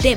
The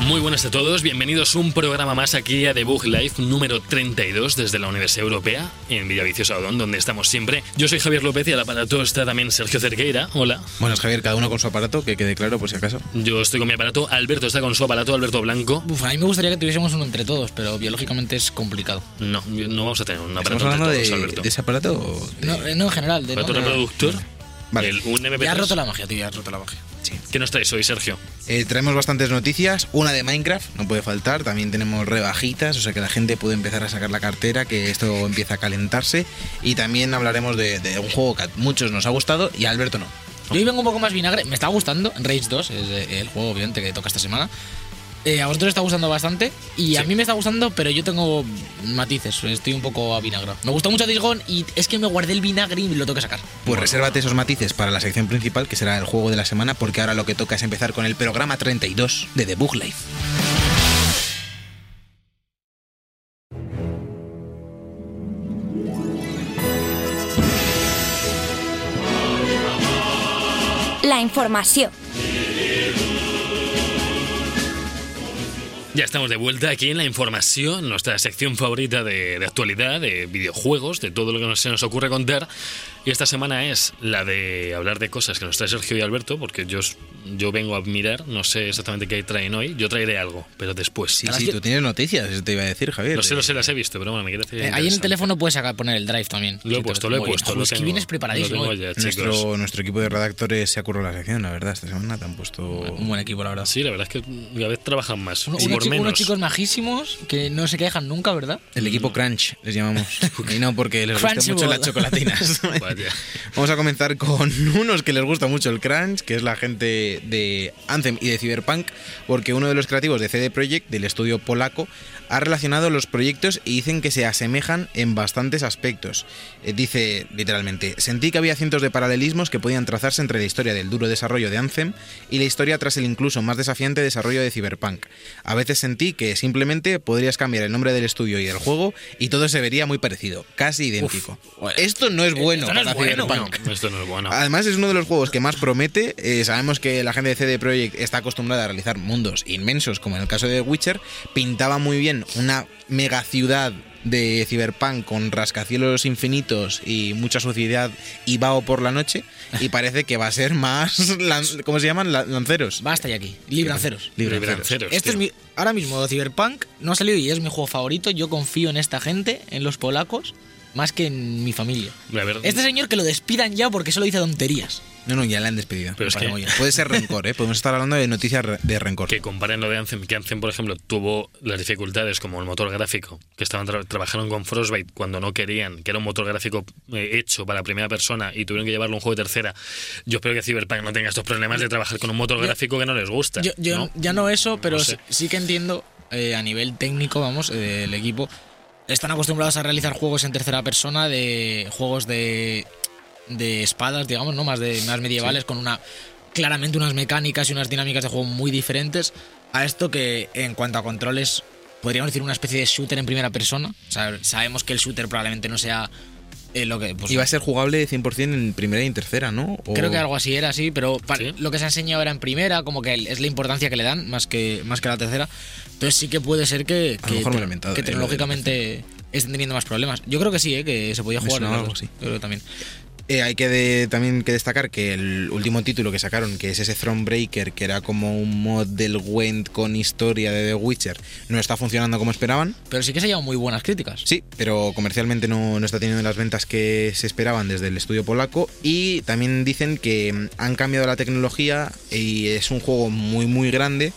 Muy buenas a todos, bienvenidos a un programa más aquí a Debug Live número 32 desde la Universidad Europea en Villaviciosa Odón, donde estamos siempre. Yo soy Javier López y al aparato está también Sergio Cerqueira. Hola. Bueno, es Javier, cada uno con su aparato, que quede claro por si acaso. Yo estoy con mi aparato, Alberto está con su aparato, Alberto Blanco. Uf, a mí me gustaría que tuviésemos uno entre todos, pero biológicamente es complicado. No, yo- no vamos a tener un ¿Estamos aparato hablando entre de, todos, Alberto. de ese aparato? o de- No, eh, no en general, de Aparato no, no, no. reproductor, Vale. el, un MP3. Ya has roto la magia, tío, ya has roto la magia. Sí. ¿Qué nos traes hoy, Sergio? Eh, traemos bastantes noticias, una de Minecraft, no puede faltar, también tenemos rebajitas, o sea que la gente puede empezar a sacar la cartera, que esto empieza a calentarse, y también hablaremos de, de un juego que a muchos nos ha gustado y a Alberto no. Yo hoy vengo un poco más vinagre, me está gustando. Rage 2 es eh, el juego, obviamente, que toca esta semana. Eh, a vosotros está gustando bastante y a Sí. mí me está gustando, pero yo tengo matices, estoy un poco a vinagre. Me gustó mucho Disgón y es que me guardé el vinagre y lo tengo que sacar. Pues resérvate esos matices para la sección principal, que será el juego de la semana, porque ahora lo que toca es empezar con el programa 32 de The Book Life. La información. Ya estamos de vuelta aquí en la información, nuestra sección favorita de, de actualidad, de videojuegos, de todo lo que nos- se nos ocurre contar. Y esta semana es la de hablar de cosas que nos trae Sergio y Alberto, porque yo, os- yo vengo a mirar, no sé exactamente qué traen hoy, yo traeré algo, pero después. Sí, Ahora sí, sí- tú tienes noticias, eso te iba a decir, Javier. No sé, no sé, las he visto, pero bueno, me quiere decir. Eh, ahí en el teléfono puedes sacar, poner el drive también. Lo he Sí, puesto, te- lo he muy bien. puesto. Ojo, lo es que tengo. vienes preparadísimo. ¿eh? Lo tengo ya, hoy. chicos. Nuestro, nuestro equipo de redactores se ha currado la sección, la verdad, esta semana te han puesto... Un buen equipo, la verdad. Sí, la verdad es que cada vez trabajan más. Uno- y unos por chi- menos. unos chicos majísimos que no se quejan nunca, ¿verdad? El equipo Crunch, les llamamos. Y no porque les gustan mucho Crunchyroll. las chocolatinas. Vaya. Vamos a comenzar con unos que les gusta mucho el crunch, que es la gente de Anthem y de Cyberpunk, porque uno de los creativos de CD Projekt, del estudio polaco, ha relacionado los proyectos y dicen que se asemejan en bastantes aspectos. Eh, dice literalmente, sentí que había cientos de paralelismos que podían trazarse entre la historia del duro desarrollo de Anthem y la historia tras el incluso más desafiante desarrollo de Cyberpunk. A veces sentí que simplemente podrías cambiar el nombre del estudio y del juego y todo se vería muy parecido, casi idéntico. bueno. eh, Esto no es bueno Esto no es para bueno. Ah, Cyberpunk. No, esto no es bueno. Además es uno de los juegos que más promete. Eh, sabemos que la gente de CD Projekt está acostumbrada a realizar mundos inmensos, como en el caso de The Witcher. Pintaba muy bien una mega ciudad de Cyberpunk con rascacielos infinitos y mucha suciedad y vaho por la noche. Y parece que va a ser más... lan- ¿Cómo se llaman? Lan- Lanceros. Basta ya aquí. Libranceros. Libranceros, Esto Este es tío. mi, ahora mismo Cyberpunk no ha salido y es mi juego favorito. Yo confío en esta gente, en los polacos, más que en mi familia. La verdad- Este señor que lo despidan ya porque solo dice tonterías. No, no, ya la han despedido. Pero es Vale, que- muy bien. Puede ser rencor, ¿eh? Podemos estar hablando de noticias re- de rencor. que comparen lo de Anthem, que Anthem, por ejemplo, tuvo las dificultades como el motor gráfico, que estaban tra- trabajaron con Frostbite cuando no querían, que era un motor gráfico eh, hecho para primera persona y tuvieron que llevarlo a un juego de tercera. Yo espero que Cyberpunk no tenga estos problemas de trabajar con un motor gráfico que no les gusta. Yo, yo ¿no? ya no eso, pero sé. sí, sí que entiendo eh, a nivel técnico, vamos, eh, del equipo. Están acostumbrados a realizar juegos en tercera persona, de juegos de, de espadas, digamos, no más de más medievales, con una claramente unas mecánicas y unas dinámicas de juego muy diferentes a esto que en cuanto a controles podríamos decir una especie de shooter en primera persona. O sea, sabemos que el shooter probablemente no sea eh, lo que pues, Y va a ser jugable 100% en primera y en tercera, ¿no? O- Creo que algo así era, sí, pero pa- Sí. lo que se ha enseñado era en primera, como que el- es la importancia que le dan más que, más que la tercera. Entonces sí que puede ser que, A lo mejor que, me lo he te- inventado, que eh, tecnológicamente estén teniendo más problemas. Yo creo que sí, eh, que se podía Me jugar. en sonaba las algo dos. así. Yo creo que también. Eh, hay que de- también que destacar que el último título que sacaron, que es ese Thronebreaker, que era como un mod del Gwent con historia de The Witcher, no está funcionando como esperaban. Pero sí que se ha llevado muy buenas críticas. Sí, pero comercialmente no, no está teniendo las ventas que se esperaban desde el estudio polaco. Y también dicen que mm, han cambiado la tecnología y es un juego muy, muy grande.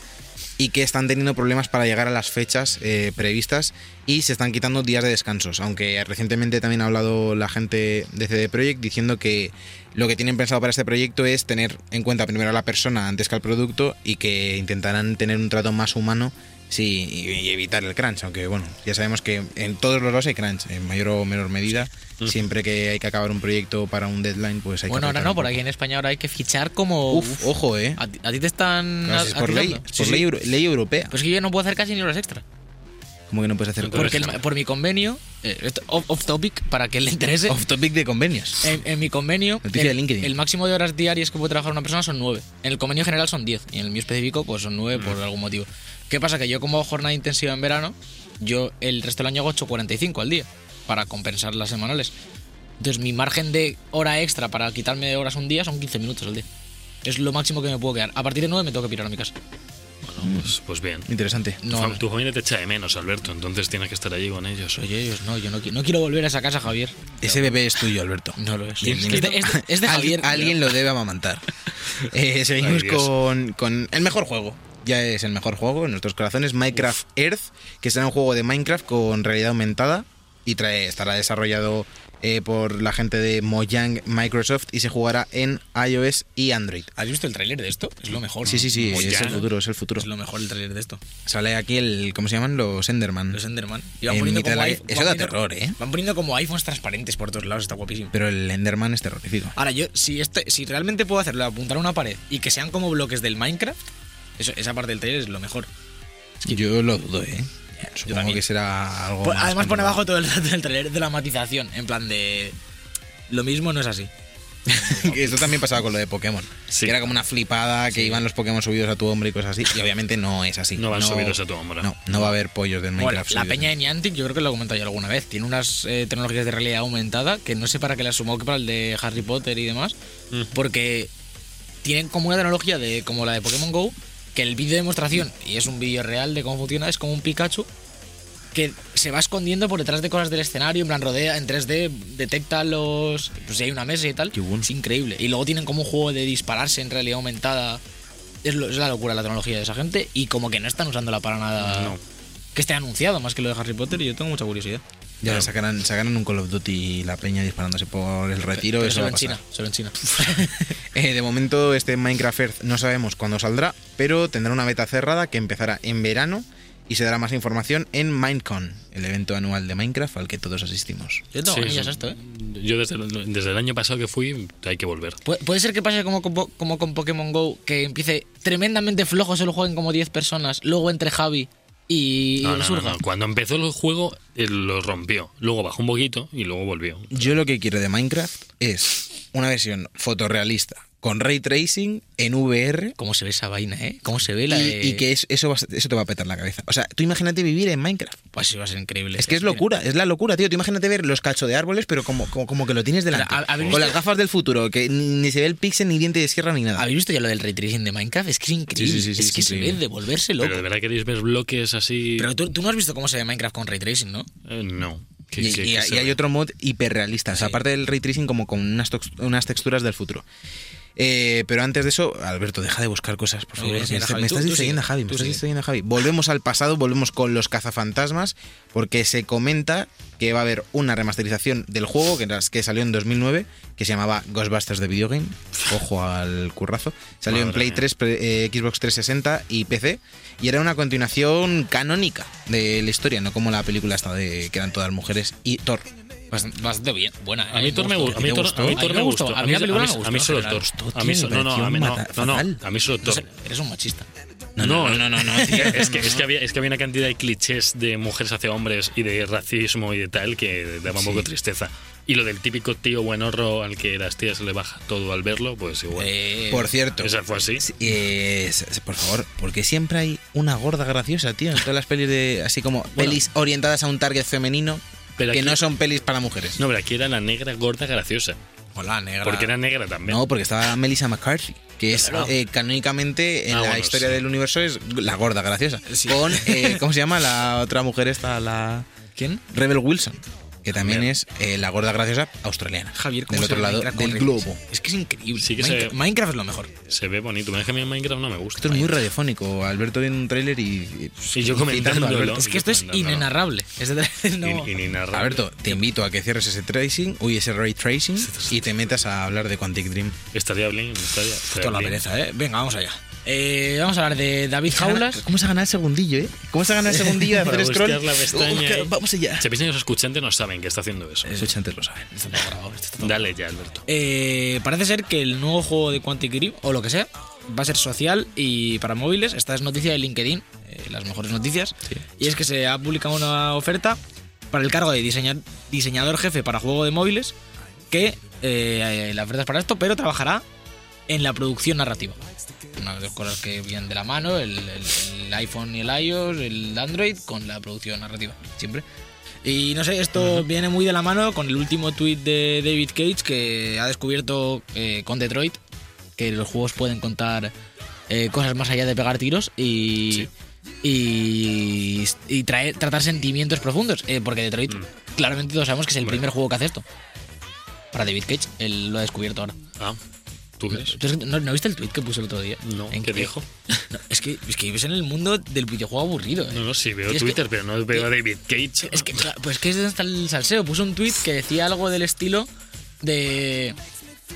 y que están teniendo problemas para llegar a las fechas eh, previstas y se están quitando días de descansos. Aunque recientemente también ha hablado la gente de CD Projekt diciendo que lo que tienen pensado para este proyecto es tener en cuenta primero a la persona antes que al producto y que intentarán tener un trato más humano sí, y, y evitar el crunch. Aunque bueno, ya sabemos que en todos los lados hay crunch, en mayor o menor medida. Siempre que hay que acabar un proyecto para un deadline, pues hay Mm. que Bueno, ahora apretar no, un por poco. aquí en España ahora hay que fichar como. Uf, ojo, eh. A, ti- a ti te están. Claro, si es por atizando. ley, es Sí, por sí. ley, euro- ley europea. Pues que yo no puedo hacer casi ni horas extra. Como que no puedes hacer Entonces, Porque el- por mi convenio, eh, esto- off, off topic, para que le interese, Off topic de convenios. en, en mi convenio, Noticia de el, LinkedIn. el máximo de horas diarias que puede trabajar una persona son nueve. En el convenio general son 10 y en el mío específico pues son nueve por algún motivo. ¿Qué pasa? Que yo como hago jornada intensiva en verano, yo el resto del año hago 8.45 al día para compensar las semanales. Entonces mi margen de hora extra para quitarme de horas un día son 15 minutos al día. Es lo máximo que me puedo quedar. A partir de 9 me tengo que pirar a mi casa. Bueno, pues, pues bien. Interesante. tu, No, fam- tu familia te echa de menos, Alberto, entonces tienes que estar allí con ellos. Pues, Oye, ellos no, yo no, qui- no quiero volver a esa casa, Javier. Ese bebé es tuyo, Alberto. No lo es. Bien, bien. Es de, es de- es de Al- Javier. alguien lo debe amamantar. Eh, seguimos Ay, Dios. con, con el mejor juego. Ya es el mejor juego en nuestros corazones, Minecraft Earth, que será un juego de Minecraft con realidad aumentada y trae, estará desarrollado eh, por la gente de Mojang Microsoft y se jugará en iOS y Android. ¿Has visto el tráiler de esto? Es lo mejor. Sí, sí, sí, Mojang. es el futuro, es el futuro. Mm, Es lo mejor el tráiler de esto. Sale aquí el, ¿cómo se llaman? Los Enderman. Los Enderman. Y En mitad de la- iPhone- Eso van da poniendo- terror, ¿eh? Van poniendo como iPhones transparentes por todos lados, está guapísimo. Pero el Enderman es terrorífico. Ahora, yo, si, este, si realmente puedo hacerlo, apuntar a una pared y que sean como bloques del Minecraft, eso- esa parte del tráiler es lo mejor. Yo lo dudo, ¿eh? Supongo también. que será algo. Por- más además, pone controlado. abajo todo el, el tráiler de la matización, en plan de. Lo mismo no es así. Que Esto también pasaba con lo de Pokémon. Sí. Que era como una flipada, que iban los Pokémon subidos a tu hombro y cosas así. Y obviamente no es así. No van subidos a tu hombro. No, no va a haber pollos del Bueno, Minecraft. la subidos. peña de Niantic, yo creo que lo he comentado ya alguna vez, tiene unas eh, tecnologías de realidad aumentada que no sé para qué las sumó que para el de Harry Potter y demás, porque tienen como una tecnología de como la de Pokémon Go, que el vídeo de demostración, y es un vídeo real de cómo funciona, es como un Pikachu que se va escondiendo por detrás de cosas del escenario, en plan rodea en 3D, detecta los. Pues si hay una mesa y tal. Es increíble. Y luego tienen como un juego de dispararse en realidad aumentada. Es, lo- es la locura la tecnología de esa gente y como que no están usándola para nada No. que esté anunciado más que lo de Harry Potter y yo tengo mucha curiosidad. Ya sacarán, sacarán un Call of Duty y la peña disparándose por el retiro. Pero eso solo va a en pasar. China, solo en China. Eh, de momento, este Minecraft Earth no sabemos cuándo saldrá, pero tendrá una beta cerrada que empezará en verano y se dará más información en Minecon, el evento anual de Minecraft al que todos asistimos. Yo tengo Sí, anillas sí. a esto, ¿eh? Yo desde, el- desde el año pasado que fui, hay que volver. Pu- puede ser que pase como con, Po- como con Pokémon Go, que empiece tremendamente flojo, solo jueguen como 10 personas, luego entre Javi y No, no, no, Surga. no. Cuando empezó el juego, eh, lo rompió. Luego bajó un poquito y luego volvió. Yo lo que quiero de Minecraft es una versión fotorrealista con ray tracing en VR ¿Cómo se ve esa vaina, eh? ¿Cómo se ve la y, de... y que es- eso, va a- eso te va a petar la cabeza. O sea, tú imagínate vivir en Minecraft. Pues sí, va a ser increíble. Es que es locura, es la locura, tío. Tú imagínate ver los cachos de árboles, pero como, como, como que lo tienes delante. Ahora, ¿ha- habéis Con visto- las gafas del futuro, que ni ni se ve el píxel, ni diente de sierra, ni nada. ¿Habéis visto ya lo del ray tracing de Minecraft? Es que es increíble. Sí, sí, sí, sí, es que es se ve increíble. de volverse loco. Pero de Pero, verdad queréis ver bloques así. tú, tú no has visto cómo se ve Minecraft con ray tracing, ¿no? Eh, no. Que- Y, que- y- que y se hay ve. otro mod hiperrealista, o sea, Sí. aparte del ray tracing como con unas, tox- unas texturas del futuro. Eh, pero antes de eso, Alberto, deja de buscar cosas, por No, favor. voy a decir me, a Javi. me Tú- estás tú distrayendo a sigue, Javi, me tú estás sigue. distrayendo a Javi. Volvemos al pasado, volvemos con los cazafantasmas, porque se comenta que va a haber una remasterización del juego que, que salió en 2009, que se llamaba Ghostbusters de Video Game. Ojo al currazo. Salió en Madre Play mía. 3, pre- eh, Xbox 360 y PC, y era una continuación canónica de la historia, no como la película esta de que eran todas mujeres y Thor. Bastante, bastante bien. Buena. A mí Thor me gustó. A mí Thor- a mí Thor me gustó. A mí la película me gustó. a mí en solo general. Thor. Hostia, A mí me solo no, no, pareció a mí no, mata- no, no, fatal. a mí solo No Thor. sé, eres un machista. No, no, no, no, tío, es, que, es, que había, es que había una cantidad de clichés de mujeres hacia hombres y de racismo y de tal que daba un poco tristeza. Y lo del típico tío buenorro al que las tías le baja todo al verlo, pues igual. Eh, Por cierto, Esa fue así. eh, s- s- por favor, porque siempre hay una gorda graciosa, tío, en todas las pelis de así como pelis orientadas a un target femenino Pero que aquí- no son pelis para mujeres. No, pero aquí era la negra gorda graciosa. Hola, negra. Porque era negra también. No, porque estaba Melissa McCarthy, que es Claro. eh, canónicamente en Ah, la bueno, historia sí. del universo es la gorda graciosa. eh, Sí. Con eh, ¿cómo se llama la otra mujer esta la ¿Quién? Rebel Wilson? que también Bien. es eh, la gorda graciosa australiana. Javier, ¿cómo Del se otro ve lado Minecraft del con globo. remixes? Es que es increíble. Sí que se Minecraft, ve. Minecraft es lo mejor. Se ve bonito. Es que a mí en Minecraft no me gusta. Esto es muy radiofónico. Alberto viendo un tráiler y, Y yo comentando comentándolo. Alberto. Es que yo esto es comentándolo. inenarrable. Es de no. In- inenarrable. Alberto, te invito a que cierres ese tracing, uy, ese ray tracing, y te metas a hablar de Quantic Dream. Estaría bien, estaría. estaría Toda la bien. pereza, ¿eh? Venga, vamos allá. Eh, vamos a hablar de David Jaulas. ¿Cómo se ha ganado el segundillo, eh? ¿Cómo se ha ganado el segundillo de Para hacer scroll? buscar la pestaña Busca- ahí. vamos allá. Se piensa que los escuchantes no saben que está haciendo eso. Los ochentas lo saben. Esto está grabado, esto está todo Dale ya, Alberto. Eh, parece ser que el nuevo juego de Quantic Dream, o lo que sea, va a ser social y para móviles. Esta es noticia de LinkedIn, eh, las mejores noticias. Y es que se ha publicado una oferta para el cargo de diseña- diseñador jefe para juego de móviles, que eh, la oferta es para esto, pero trabajará en la producción narrativa. Una de las cosas que vienen de la mano, el, el- el iPhone y el iOS, el Android, con la producción narrativa, siempre. Y no sé, esto viene muy de la mano con el último tweet de David Cage que ha descubierto eh, con Detroit que los juegos pueden contar eh, cosas más allá de pegar tiros y, y, y traer, tratar sentimientos profundos. Eh, porque Detroit, Mm. claramente todos sabemos que es el primer juego que hace esto. Para David Cage, él lo ha descubierto ahora. Ah, ¿tú Pues crees? Entonces, ¿no, no viste el tweet que puso el otro día? No, ¿En ¿qué dijo? No, es, que, es que vives en el mundo del videojuego aburrido. eh. No, no, sí, veo Y es que- Twitter, pero no veo a David Cage. Es que, claro, pues que es donde está el salseo. Puso un tweet que decía algo del estilo de.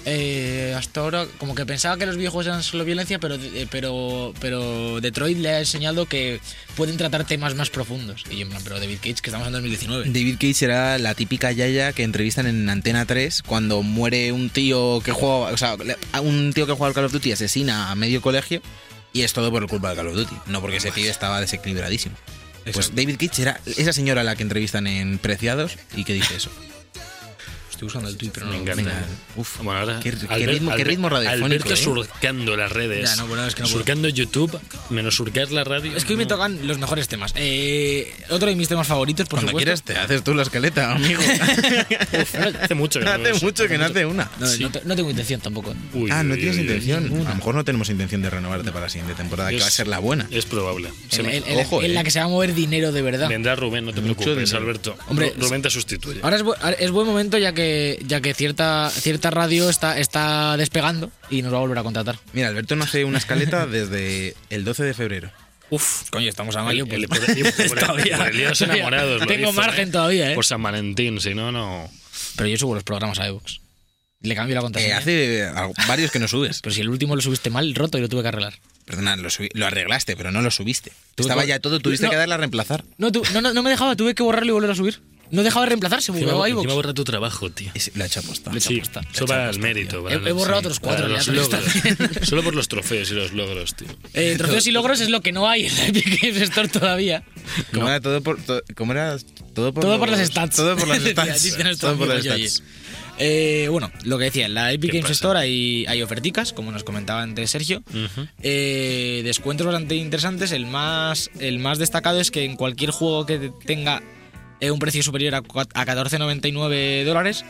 eh, hasta ahora, como que pensaba que los videojuegos eran solo violencia, pero, eh, pero, pero Detroit le ha enseñado que pueden tratar temas más profundos. Y yo, en plan, pero David Cage, que estamos en 2019. David Cage era la típica yaya que entrevistan en Antena 3 cuando muere un tío que juega, o sea, le- a un tío que juega al Call of Duty asesina a medio colegio y es todo por culpa del Call of Duty, no porque ese pibe estaba desequilibradísimo. Pues Pues. Exacto. David Cage era esa señora a la que entrevistan en Preciados y que dice eso. Estoy buscando el tweet, pero no Me lo encanta. encuentro. Venga, uf, Bueno, ahora, qué, qué Albert- ritmo, qué Albert- ritmo radiofónico. Alberto eh. surcando las redes. Ya, no, bueno, es que no puedo. surcando YouTube, menos surcar la radio. Es que hoy me no. tocan los mejores temas. Eh, otro de mis temas favoritos, por Cuando quieras supuesto. te haces tú la escaleta, amigo. Hace mucho que no veo hace eso. mucho que no hace una. No, Sí. no te- no tengo intención tampoco. Uy, Ah, no uy, tienes uy, uy. intención. A lo mejor no tenemos intención de renovarte para la siguiente temporada, que Es- va a ser la buena. Es probable. Se En, me- en- en la- ojo, en eh. la que se va a mover dinero de verdad. Vendrá Rubén, no te Mucho preocupes, dinero. Alberto. Hombre, Ru- Rubén te sustituye. Ahora es, bu- ahora es buen momento ya que, ya que cierta, cierta radio está, está despegando y nos va a volver a contratar. Mira, Alberto no hace una escaleta desde el 12 de febrero. Uf, coño, estamos a El- pues el- por- y por- por- Todavía. por el día de los Todavía. enamorados. lo Tengo hizo, margen todavía, ¿eh? Por San Valentín, si no, no. Pero yo subo los programas a Evox. Le cambio la Eh, contraseña. hace algo- varios que no subes. Pero si el último lo subiste mal, roto, y lo tuve que arreglar. Perdona, lo, subi- lo arreglaste, pero no lo subiste. Tú- Estaba tú- ya todo, tuviste no. que darle a reemplazar. No, tú- no, no, no me dejaba, tuve que borrarlo y volver a subir. No dejaba de reemplazar, se mudó a Encima Evox. borra tu trabajo, tío. Y se- Lo ha hecho aposta. Le he hecho Sí, aposta, le he solo hecho para el aposta, mérito. tío. para He- he borrado otros cuatro para ya, los pero está logros. bien. Solo por los trofeos y los logros, tío. Eh, trofeos y logros es lo que no hay en la Epic Games Store todavía. Como era todo por. to- como era todo por. Todo por los- las stats. Todo por las Dice stats. nuestro todo por las amigo Yoyi. stats. Eh, bueno, lo que decía, en la Epic ¿Qué Games pasa? Store hay, hay oferticas, como nos comentaba antes Sergio. Eh, descuentos bastante interesantes. El más, el más destacado es que en cualquier juego que tenga eh, un precio superior a, cua- a 14,99 dólares,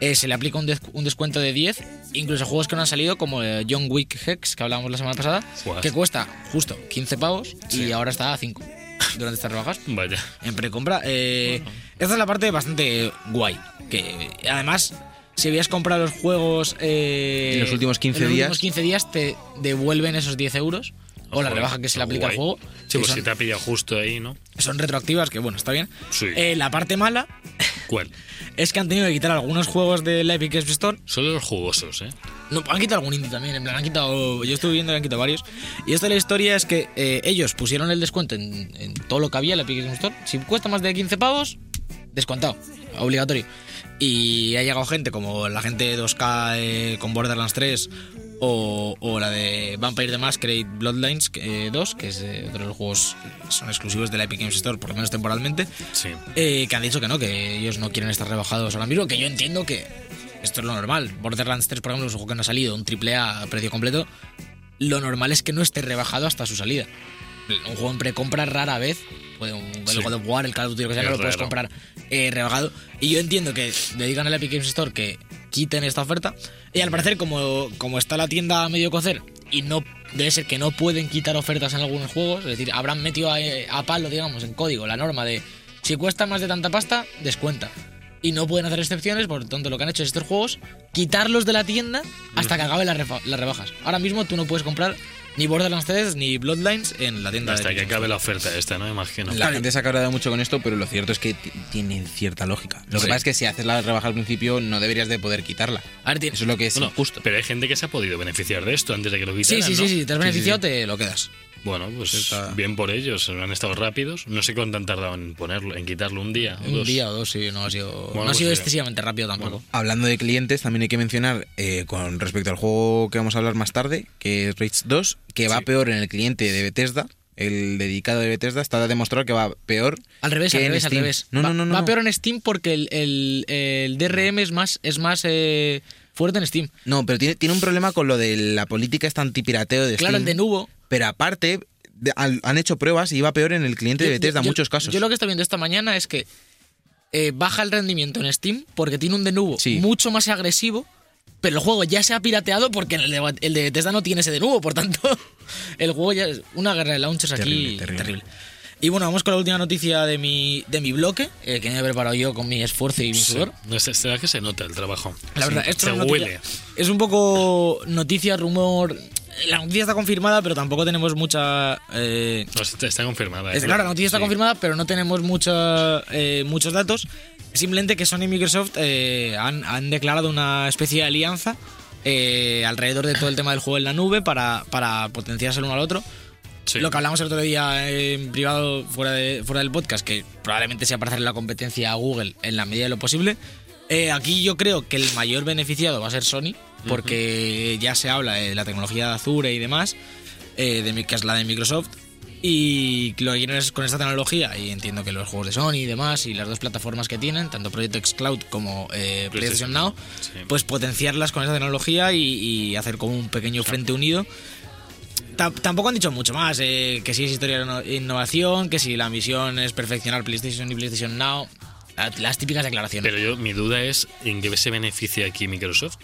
eh, se le aplica un, des- un descuento de 10, incluso a juegos que no han salido, como eh, John Wick Hex, que hablábamos la semana pasada, Guau. que cuesta justo 15 pavos y ahora está a 5 durante estas rebajas Vaya. en precompra. Eh, Esta es la parte bastante guay. Que eh, además, si habías comprado los juegos eh, En los últimos 15 en los días. últimos 15 días te devuelven esos 10 euros o la Joder, rebaja que se le aplica guay. al juego. Sí, que pues son, si te ha pillado justo ahí, ¿no? son retroactivas, que bueno, está bien. Sí. Eh, la parte mala ¿Cuál? es que han tenido que quitar algunos juegos de la Epic Games Store. Solo los jugosos, ¿eh? No, han quitado algún indie también, en plan, han quitado. Yo estuve viendo que han quitado varios. Y esto de la historia es que eh, ellos pusieron el descuento en, en todo lo que había en la Epic Games Store. Si cuesta más de 15 pavos, descontado, obligatorio. Y ha llegado gente como la gente de 2K eh, con Borderlands 3 o, o la de Vampire the Masquerade Bloodlines eh, 2, que es eh, otro de los juegos que son exclusivos de la Epic Games Store, por lo menos temporalmente. Sí. Eh, que han dicho que no, que ellos no quieren estar rebajados ahora mismo, que yo entiendo que esto es lo normal. Borderlands 3, por ejemplo, es un juego que no ha salido, un triple A a precio completo. Lo normal es que no esté rebajado hasta su salida. Un juego en precompra rara vez, puede un, el Sí. God of War, el Call of Duty, lo que sea, Es no lo puedes raro. comprar eh, rebajado. Y yo entiendo que dedican al Epic Games Store que quiten esta oferta. Y al parecer, como, como está la tienda a medio cocer y no debe ser que no pueden quitar ofertas en algunos juegos, es decir, habrán metido a, a palo, digamos, en código la norma de si cuesta más de tanta pasta, descuenta. y no pueden hacer excepciones, por lo tanto lo que han hecho es estos juegos, quitarlos de la tienda hasta que acaben las, refa- las rebajas. Ahora mismo tú no puedes comprar ni Borderlands 3 ni Bloodlines en la tienda Hasta de que Xbox. acabe la oferta esta, ¿no? Imagino. La gente se ha cabreado mucho con esto, pero lo cierto es que ti- tiene cierta lógica. Lo Sí. que pasa es que si haces la rebaja al principio, no deberías de poder quitarla. A ver, ti- Eso es lo que es Bueno, injusto. Pero hay gente que se ha podido beneficiar de esto antes de que lo Sí, quitaran, sí, sí, ¿no? sí, te has beneficiado, te lo quedas. Bueno, pues Está- bien por ellos, han estado rápidos. No sé cuánto han tardado en ponerlo, en quitarlo un día o Un dos. día o dos, sí, no ha sido, no Bueno, ha sido pues, excesivamente rápido tampoco. Hablando de clientes, también hay que mencionar eh, con respecto al juego que vamos a hablar más tarde, que es Rage 2, que va Sí. peor en el cliente de Bethesda. El dedicado de Bethesda está demostrado que va peor. Al revés, que al en revés, al Steam. revés. No, va, no, no. no, va no. peor en Steam porque el, el- el DRM es más, es más eh, fuerte en Steam. No, pero tiene, tiene un problema con lo de la política esta antipirateo de Claro, Steam. el de Nubo. Pero aparte, de- al- han hecho pruebas y va peor en el cliente de Yo- Bethesda en yo- muchos casos. Yo lo que estoy viendo esta mañana es que eh, baja el rendimiento en Steam porque tiene un denubo Sí. mucho más agresivo, pero el juego ya se ha pirateado porque el de, el de Bethesda no tiene ese denubo, por tanto, el juego ya es una guerra de launchers aquí Terrible, terrible. Y bueno, vamos con la última noticia de mi, de mi bloque, eh, que me he preparado yo con mi esfuerzo y mi Sí. sudor. No sé, será que se nota el trabajo. La verdad, esto se es una noticia- huele. Es un poco noticia, rumor. La noticia está confirmada, pero tampoco tenemos mucha. eh, No, está, está confirmada. es ¿eh? claro, la noticia está Sí. confirmada, pero no tenemos mucha, eh, muchos datos. Simplemente que Sony y Microsoft eh, han, han declarado una especie de alianza eh, alrededor de todo el tema del juego en la nube para, para potenciarse el uno al otro. Sí. Lo que hablamos el otro día en privado, fuera, de, fuera del podcast, que probablemente sea para hacer la competencia a Google en la medida de lo posible. Eh, aquí yo creo que el mayor beneficiado va a ser Sony, porque ya se habla de la tecnología de Azure y demás, eh, de, mi- que es la de Microsoft. Y lo que quieren es con esta tecnología, y entiendo que los juegos de Sony y demás, y las dos plataformas que tienen, tanto Project X Cloud como eh, PlayStation PlayStation Now, Sí. pues potenciarlas con esa tecnología y, y hacer como un pequeño frente unido. Ta- Tampoco han dicho mucho más, eh, que si es historia de no- innovación, que si la misión es perfeccionar PlayStation y PlayStation Now, la- las típicas declaraciones. Pero yo, mi duda es en qué se beneficia aquí Microsoft.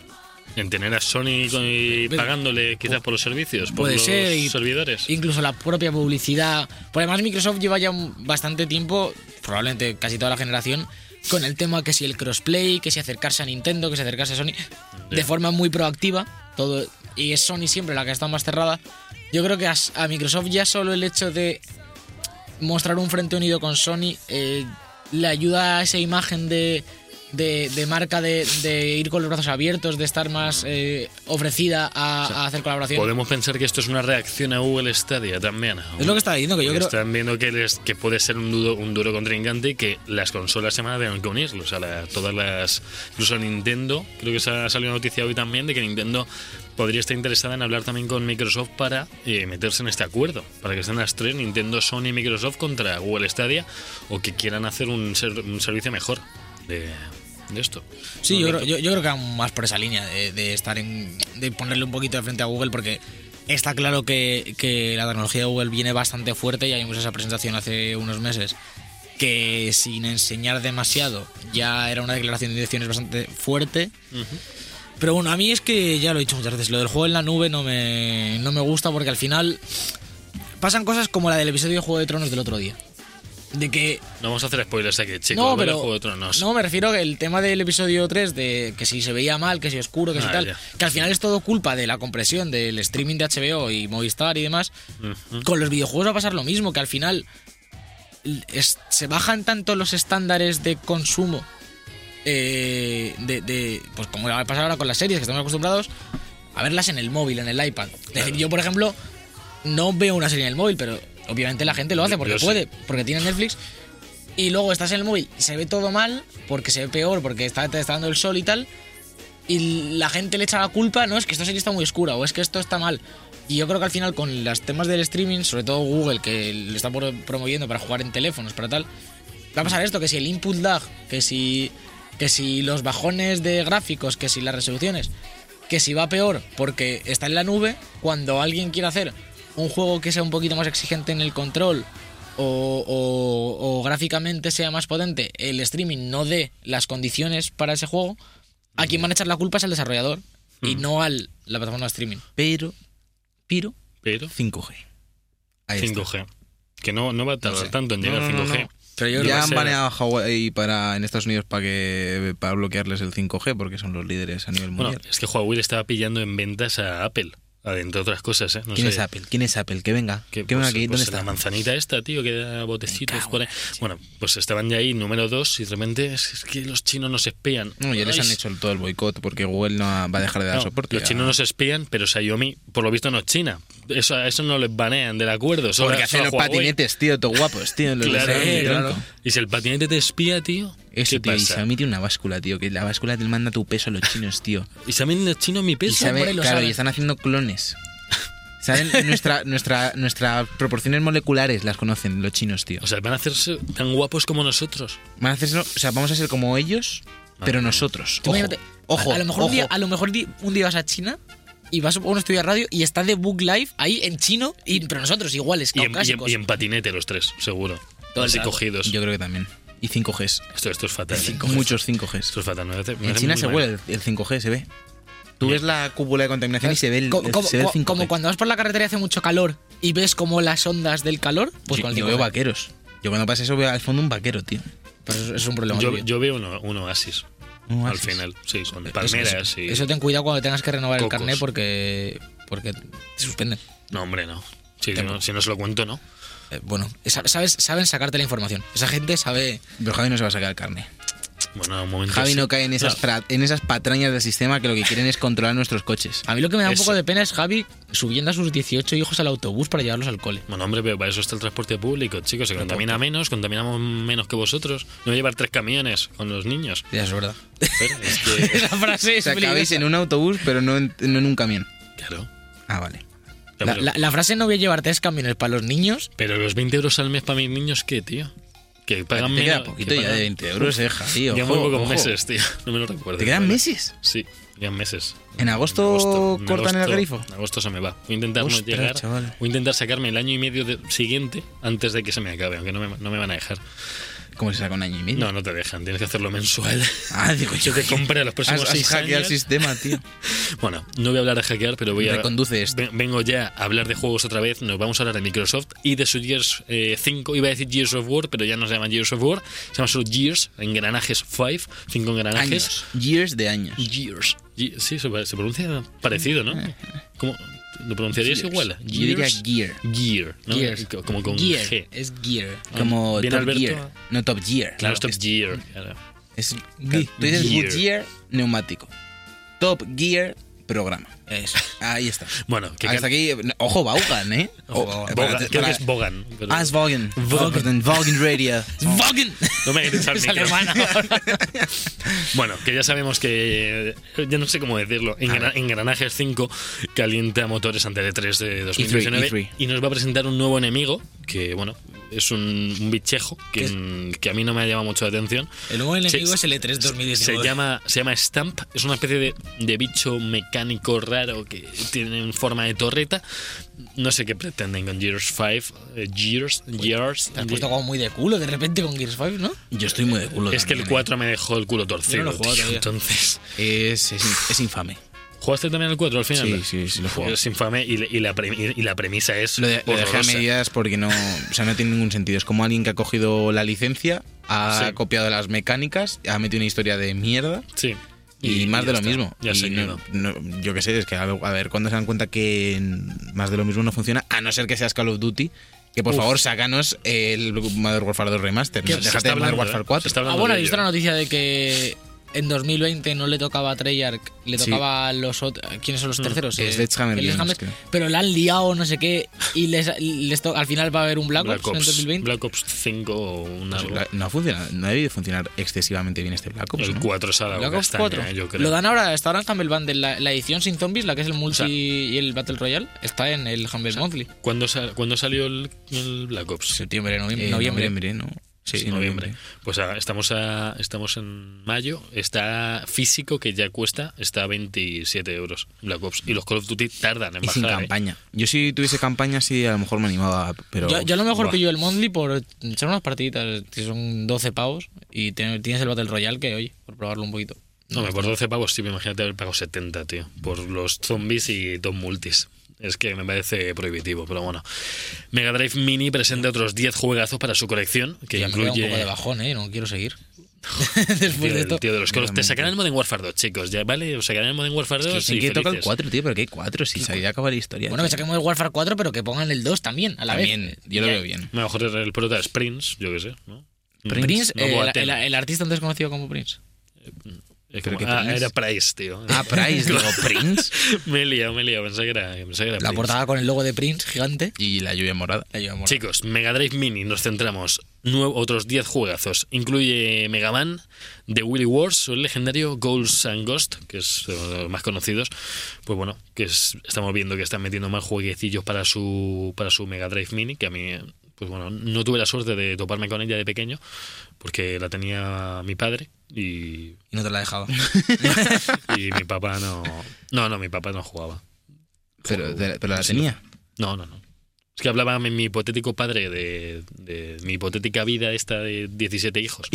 En tener a Sony con- y Pero- pagándole quizás por los servicios, por Puede los ser, y- servidores. Incluso la propia publicidad. Por además, Microsoft lleva ya un- bastante tiempo, probablemente casi toda la generación, con el tema que si el crossplay, que si acercarse a Nintendo, que si acercarse a Sony, de Ya. forma muy proactiva. todo Y es Sony siempre la que ha estado más cerrada. Yo creo que a, a Microsoft ya solo el hecho de mostrar un frente unido con Sony eh, le ayuda a esa imagen de, de, de marca de, de ir con los brazos abiertos, de estar más eh, ofrecida a, a hacer colaboración. Podemos pensar que esto es una reacción a Google Stadia también. Es lo que estaba diciendo, que yo Porque creo... Están viendo que, les- que puede ser un duro, un duro contrincante y que las consolas se van a tener que unir. O sea, la- todas las. Incluso Nintendo, creo que se ha salido una noticia hoy también de que Nintendo podría estar interesada en hablar también con Microsoft para eh, meterse en este acuerdo. Para que estén las tres, Nintendo, Sony y Microsoft contra Google Stadia o que quieran hacer un, ser- un servicio mejor de, de esto. Sí, No, yo no, creo, yo, yo creo que van más por esa línea de, de estar en, de ponerle un poquito de frente a Google porque está claro que, que la tecnología de Google viene bastante fuerte. Ya vimos esa presentación hace unos meses que sin enseñar demasiado ya era una declaración de intenciones bastante fuerte. Pero bueno, a mí es que ya lo he dicho muchas veces, lo del juego en la nube no me, no me gusta porque al final pasan cosas como la del episodio de Juego de Tronos del otro día. De que no vamos a hacer spoilers aquí, chicos. no, Vuelve pero, el Juego de Tronos. no, me refiero que el tema del episodio 3 de que si se veía mal, que si oscuro, que si Ah, tal, ya. que al final es todo culpa de la compresión del streaming de HBO y Movistar y demás. Mm. Con los videojuegos va a pasar lo mismo, que al final l- es- se bajan tanto los estándares de consumo eh, de, de- pues como va a pasar ahora con las series que estamos acostumbrados a verlas en el móvil, en el iPad. Es decir, yo por ejemplo no veo una serie en el móvil, pero obviamente la gente lo hace Yo- porque yo sí. puede, porque tiene Netflix. Y luego estás en el móvil y se ve todo mal, porque se ve peor, porque está, te está dando el sol y tal. Y la gente le echa la culpa, no, es que esta serie está muy oscura o es que esto está mal. Y yo creo que al final con los temas del streaming, sobre todo Google, que lo está pro- promoviendo para jugar en teléfonos, para tal, va a pasar esto, que si el input lag, que si, que si los bajones de gráficos, que si las resoluciones, que si va peor porque está en la nube, cuando alguien quiera hacer un juego que sea un poquito más exigente en el control o, o- o gráficamente sea más potente, el streaming no dé las condiciones para ese juego, a quien van a echar la culpa es al desarrollador y no al la plataforma de streaming. Pero Piro. Pero 5G. Ahí está. 5G. Que no, no va a tardar No sé. tanto en llegar No, a no, no, 5G. no. Pero yo creo ya que han sé. baneado a Huawei para, en Estados Unidos para, que, para bloquearles el 5G porque son los líderes a nivel mundial. Bueno, es que Huawei le estaba pillando en ventas a Apple, entre otras cosas, ¿eh? No ¿Quién sé. es Apple? ¿Quién es Apple? Que venga. Que, Que, venga pues, aquí. pues ¿Dónde La está? manzanita esta, tío, que da botecitos cago por ahí. Bueno, pues estaban ya ahí, número dos, y de repente es es que los chinos nos espían. No, ya les Ay, han hecho el- todo el boicot porque Google no ha- va a dejar de dar no, soporte. los a- chinos nos espían, pero Xiaomi, por lo visto, no es China. Eso, a eso no les banean del acuerdo. Solo, Porque hacen solo los Huawei. patinetes, tío, todos guapos, tío. Los de Claro, Xiaomi, eh, claro. tronco. Y si el patinete te espía, tío, Eso, ¿qué tío, y pasa? Xiaomi tiene una báscula, tío, que la báscula te manda tu peso a los chinos, tío. Y saben el chino mi Y peso. sabe- hombre, lo claro, saben. y están haciendo clones. Saben nuestra, nuestra, nuestras proporciones moleculares las conocen los chinos, tío. O sea, van a hacerse tan guapos como nosotros. Van a hacerlo- o sea, vamos a ser como ellos, Ah. pero nosotros. Tú Ojo, imagínate, ojo, a, a lo mejor ojo. un día, a lo mejor di- un día vas a China y vas a un estudio de radio y está de Book Live ahí en chino, y, pero nosotros iguales, Y en, y en- caucásicos. y en patinete los tres, seguro. Todo el Así rato. cogidos. Yo creo que también. Y 5Gs. Esto, esto es fatal. ¿eh? Muchos 5Gs. Esto es fatal. me hace- me En hace China muy se mal. huele el, el 5G, se ve. Tú ves la cúpula de contaminación y se ve el, eh. Co- el- como, se ve el co- 5G. como cuando vas por la carretera y hace mucho calor y ves como las ondas del calor, pues yo, con el yo 5G. veo vaqueros. Yo cuando pasa eso veo al fondo un vaquero, tío. Pero eso, eso es un problema. Yo, serio. yo veo uno- un oasis. Un Al oasis. final, sí, con Eso- palmeras eso, y. eso ten cuidado cuando tengas que renovar Cocos. el carnet porque, porque te suspenden. No, hombre, no. Sí, si, Tengo. no, si no se lo cuento, no. Eh, bueno, esa- sabes, saben sacarte la información. Esa gente sabe. Pero Javi no se va a sacar carne. Bueno, un momento. Javi sí. no cae en esas, No, fra- en esas patrañas del sistema que lo que quieren es controlar nuestros coches. A mí lo que me da un Eso. poco de pena es Javi subiendo a sus 18 hijos al autobús para llevarlos al cole. Bueno, hombre, pero para eso está el transporte público, chicos. Se contamina menos, contaminamos menos que vosotros. No voy a llevar tres camiones con los niños. Ya, es verdad. Pero es que. La frase O es sea, cabéis peligrosa. en un autobús, pero no en, no en un camión. Claro. Ah, vale. La, la- la frase no voy a llevar tres camiones para los niños. Pero los 20 euros al mes para mis niños, ¿qué, tío? Que Te pagan queda menos. poquito que ya pagan- de 20 euros, eh, Javi. Ya ojo, muy pocos ojo. meses, tío. No me lo recuerdo. ¿Te quedan Vale. meses? Sí, quedan meses. ¿En agosto cortan el grifo? En agosto se me va. Voy a intentar no Ostras, llegar. chaval. Voy a intentar sacarme el año y medio de- siguiente antes de que se me acabe, aunque no me, no me van a dejar. ¿Cómo se saca un año y medio? No, no te dejan. Tienes que hacerlo mensual. ¿Eh? Ah, digo yo. Yo te compré los Has, próximos has seis hackeado el años. sistema, tío. Bueno, no voy a hablar de hackear, pero voy a. Reconduce esto. Ve- Vengo ya a hablar de juegos otra vez. Nos vamos a hablar de Microsoft y de su Gears eh, 5. Iba a decir Gears of War, pero ya no se llama Gears of War. Se llama solo Gears, engranajes 5, 5 engranajes. Años. Years de años. Gears. Ye- Sí, se, pa- se pronuncia parecido, ¿no? ¿Cómo? ¿Lo pronunciarías Gears. igual? Yo diría gear. Gear, ¿no? Gears. Co- Como con Gear. G. Ah, Es gear. Como Bien, Top Alberto. Gear. No Top Gear. Claro, esto es- es Gear. claro. es- tú dices Gear. Good Gear neumático. Top Gear programa. Eso. Ahí está. Bueno, que Hasta aquí. Ojo, Vaughan, ¿eh? Oh, Bogan, creo que es Bogan. pero- Ah, es Vaughan. Vaughan. Vaughan. Vaughan Radio. ¡Wagen! No me grites al Es micro. alemana. Bueno, que ya sabemos que. eh, Ya no sé cómo decirlo. Engra- Engranajes 5 calienta motores ante el 3 de 2019. E3. Y nos va a presentar un nuevo enemigo que, bueno, es un, un bichejo que, mm, que a mí no me ha llamado mucho la atención. El nuevo enemigo Se- es el E E3 2019. Se llama, se llama Stamp, es una especie de, de bicho mecánico raro que tiene forma de torreta. No sé qué pretenden con Gears 5, eh, Gears, Gears. Te has puesto como muy de culo de repente con Gears 5, ¿no? Yo estoy muy de culo. Es que el también, 4 me dejó el culo torcido. Yo no lo he jugado tío, todavía. entonces, ¿eh? Es, es- es infame. ¿jugaste también el 4 al final? Sí, sí, sí, lo he jugado. Es infame y, le- y la, pre- y la premisa es. Lo, de, lo dejé a horrorosa. medias porque no, o sea, no tiene ningún sentido. Es como alguien que ha cogido la licencia, ha Sí. copiado las mecánicas, ha metido una historia de mierda Sí. y, más ya de lo está. mismo. Ya Y sé que no- no. no- yo qué sé, es que a ver, a ver cuándo se dan cuenta que más de lo mismo no funciona, a no ser que seas Call of Duty. Que por Uf. favor, sácanos el Modern Warfare 2 Remaster. Se ¿no? está Déjate de Modern hablando, Warfare ¿eh? 4. Se está Ah, hablando bueno, de he visto ello. la noticia de que en 2020 no le tocaba a Treyarch, le Sí. tocaba a los otros. ¿Quiénes son los terceros? Eh, Sledgehammer el Games, Sledgehammer, creo. Pero la han liado, no sé qué. Y les, les to- al final va a haber un Black, Ops, en 2020. Black Ops 5 o un algo. La- Pues No ha funcionado, no ha debido funcionar excesivamente bien este Black Ops. el ¿no? 4 se ha dado Black Ops castaña, 4. eh, yo creo. Lo dan ahora, está ahora en Humble Bundle. La, la edición sin zombies, la que es el multi O sea- y el Battle Royale, está en el Humble Monthly. ¿Cuándo, sal- cuándo salió el, el Black Ops? Septiembre, noviembre. Eh, noviembre. ¿no? Sí, noviembre. Pues ah, estamos, a, estamos en mayo. Está físico, que ya cuesta, está a 27 euros Black Ops. Y los Call of Duty tardan en Y bajar. sin ¿eh? campaña. Yo si tuviese campaña, sí, a lo mejor me animaba, pero... Yo, yo a lo mejor Buah. pillo el Monthly por echar unas partiditas, que son 12 pavos, y te- tienes el Battle Royale que, oye, por probarlo un poquito. No, me por 12 pavos, sí, imagínate haber pagado 70, tío. Por los zombies y dos multis. Es que me parece prohibitivo, pero bueno. Mega Drive Mini presenta otros 10 juegazos para su colección, que ya me da incluye. un poco de bajón, ¿eh? No quiero seguir. Después Tío, de el esto. tío de los colos. Te Realmente. sacarán el Modern Warfare 2, chicos. Ya, ¿vale? Os sacarán el Modern Warfare 2 Que, y que toca el felices. 4, tío, pero que hay 4, si se había acabado la historia. Bueno, que saquemos el Warfare 4, pero que pongan el 2 también, a la También, vez. yo lo veo bien. A lo mejor el prota es Prince, yo qué sé, ¿no? Prince, no, eh, Boateng. el, el- el artista antes conocido como Prince. Es pero como- que ah, Prince- era Price, tío. Ah, Price, digo, Prince me he liado, me he liado. Pensé que era, pensé que era La Prince. portada con el logo de Prince, gigante. y la lluvia morada. La llevamos. Chicos, Mega Drive Mini, nos centramos. Nuevo- otros 10 juegazos. Incluye Mega Man, The Willy Wars, o el legendario Goals and Ghost, que es uno de los más conocidos. Pues bueno, que es- estamos viendo que están metiendo más jueguecillos para su, para su Mega Drive Mini, que a mí, pues bueno, no tuve la suerte de toparme con ella de pequeño, porque la tenía mi padre y, Y no te la dejaba. y mi papá no... No, no, mi papá no jugaba. Pero, pero la tenía. No, no, no. Es que hablaba mi, mi hipotético padre de, de mi hipotética vida esta de 17 hijos.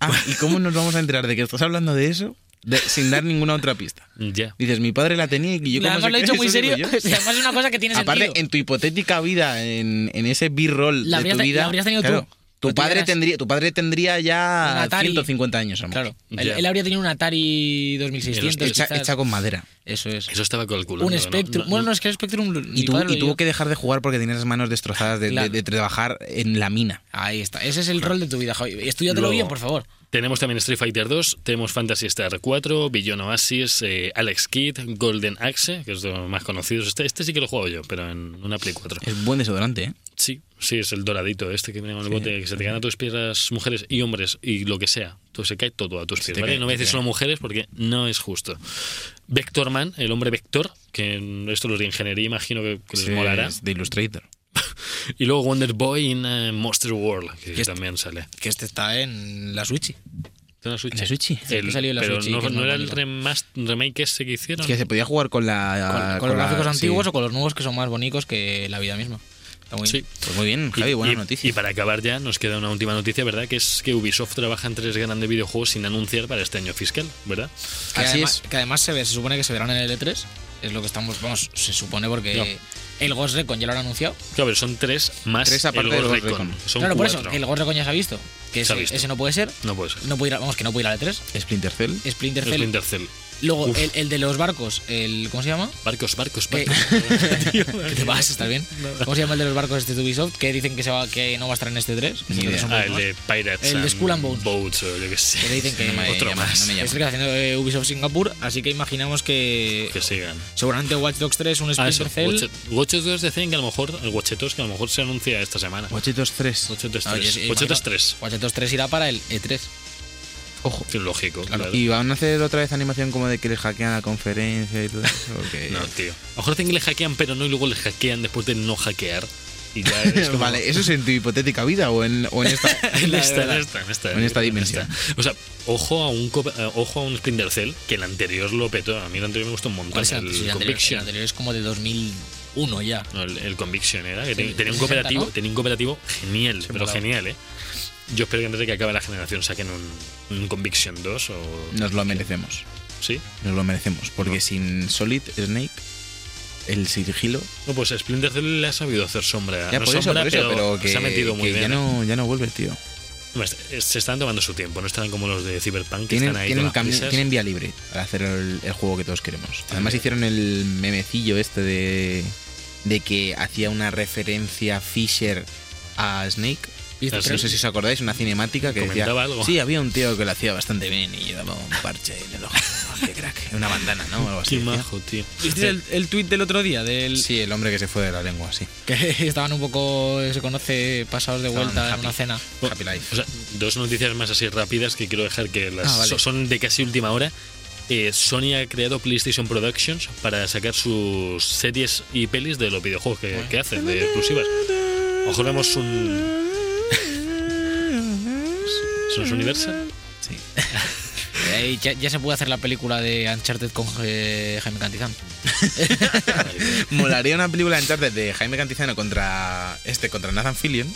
Ah, ¿y cómo nos vamos a enterar de que estás hablando de eso de- sin dar ninguna otra pista? Ya. Dices, mi padre la tenía y yo Y como además lo he dicho muy serio. Además es una cosa que tiene Aparte, sentido. en tu hipotética vida, en, en ese b-roll La de habrías tu te- la vida, habrías tenido tú. claro, Pues Tu tú padre, eras- tendría, tu padre tendría Un ya Atari. 150 años. vamos. Claro. Él, Ya. él habría tenido un Atari 2600. Hecha, quizás. hecha con madera. Eso es. Eso estaba calculado. Un Spectrum. Bueno, no es que el Spectrum. mi Y, tu- padre y lo tuvo llevó. que dejar de jugar porque tenía las manos destrozadas de, de- Claro. de trabajar en la mina. Ahí está. Ese es el rol de tu vida, Javi. Estudiatelo Luego. bien, por favor. Tenemos también Street Fighter 2, tenemos Fantasy Star 4, Billion Oasis, eh, Alex Kidd, Golden Axe, que es de los más conocidos. Este, este sí que lo he jugado yo, pero en una Play 4. Es buen desodorante, ¿eh? Sí, sí, es el doradito este que viene con el bote, que se te caen a tus piernas mujeres y hombres y lo que sea. Todo se cae todo a tus pies, te ¿vale? cae, no voy a te decir cae. solo mujeres porque no es justo. Vectorman, el hombre vector, que en- esto los de ingeniería imagino que, que les Sí, molará. es De Illustrator. Y luego Wonder Boy in eh, Monster World, que Que es- también sale. Que este está en la Switch. ¿En la Switch? ¿En la Switch? El- Sí, que salió en la pero Switch, no, que es no muy era el bonito. remas- remake ese que hicieron. Es que se podía jugar Ah, con la. con, con los la- gráficos sí. antiguos o con los nuevos que son más bonitos que la vida misma. Está muy Sí. bien. Pues muy bien, Javi, buena noticia. y para acabar ya, nos queda una última noticia, ¿verdad? Que es que Ubisoft trabaja en tres grandes videojuegos sin anunciar para este año fiscal, ¿verdad? Que Así además, es. Que además se, ve, se supone que se verán en el E3. Es lo que estamos. Vamos, se supone porque No. el Ghost Recon ya lo han anunciado. Claro, pero son tres más Tres aparte el Ghost de los Recon. Recon. Son cuatro. claro, por eso. que El Ghost Recon ya se ha visto. Se Que ese, ha visto. ese no puede ser. No puede ser. No puede ir, a- vamos, que no puede ir al E3. Splinter Cell. Splinter Cell. Splinter Cell. Luego, Uf. el, el de los barcos, el. ¿Cómo se llama? Barcos, barcos, Eh, barcos. ¿Qué te vas? ¿Estás bien? ¿Cómo se llama el de los barcos este de Ubisoft? Que dicen que, se va, que no va a estar en este 3. Ni idea. Ah, el de Pirates. El de and Skull and Bones. o yo qué sé. Que dicen que no me Otro llama, más. no me llama. Es el que está haciendo eh, Ubisoft Singapur, así que imaginamos que. Que sigan. Seguramente Watch Dogs 3, un Ah, eso. Splinter Cell. Watch- Watch Dogs decían que a lo mejor, el Watchetos, que a lo mejor se anuncia esta semana. Watchetos 3. Watchetos Ah, yo sí, 3. imagino- Watchetos 3. Watch Dogs 3 irá para el E E3. Ojo. Sí, Lógico, claro. Y van a hacer otra vez animación como de que les hackean la conferencia y todo. eso, porque- eh, No, tío. A lo mejor dicen que le hackean, pero no, y luego le hackean después de no hackear. Y ya es como- Vale, eso es en tu hipotética vida o en, o en esta. En esta, en esta, en esta, En esta dimensión. en esta. O sea, ojo a un co- eh, ojo a un Splinter Cell que el anterior lo petó. A mí el anterior me gustó un montón. ¿Cuál Pues es el, el, anterior? El anterior? El Conviction. anterior es como de 2001 ya. No, el, el Conviction era que Sí, ten- tenía un 360, cooperativo, ¿no? tenía un cooperativo genial, pero molaba. genial, eh. Yo espero que antes de que acabe la generación saquen un, un Conviction 2 o Nos lo merecemos. sí. Nos lo merecemos. Porque sin Solid Snake, el sigilo. No, pues Splinter Cell le ha sabido hacer sombra. Ya no por eso, sombra, por eso, pero, que, se ha metido muy que bien. ¿eh? Ya, no, ya no vuelve, tío. Hombre, est- Se están tomando su tiempo, no están como los de Cyberpunk que Tienen, están ahí tienen, con las cami- prisas. tienen vía libre para hacer el, el juego que todos queremos. Además, hicieron el memecillo este de, de que hacía una referencia Fisher a Snake. Ah, sí. No sé si os acordáis, una cinemática que decía. Comentaba algo. Sí, había un tío que lo hacía bastante bien y llevaba un parche en el ojo. Qué crack. Una bandana, ¿no? O algo así. Qué decía. majo, tío. ¿Viste el, el tweet del otro día? Del, Sí, el hombre que se fue de la lengua, sí. Que estaban un poco, se conoce, pasados de Estaban vuelta en happy. una cena. Happy Life. O sea, dos noticias más así rápidas que quiero dejar que las Ah, vale. so- son de casi última hora. Eh, Sony ha creado PlayStation Productions para sacar sus series y pelis de los videojuegos que, que hacen, de exclusivas. Ojo, vemos un. ¿Son Universal? Sí. Eh, ya, ya se puede hacer la película de Uncharted con eh, Jaime Cantizán. Molaría una película de Uncharted de Jaime Cantizano contra este contra Nathan Fillion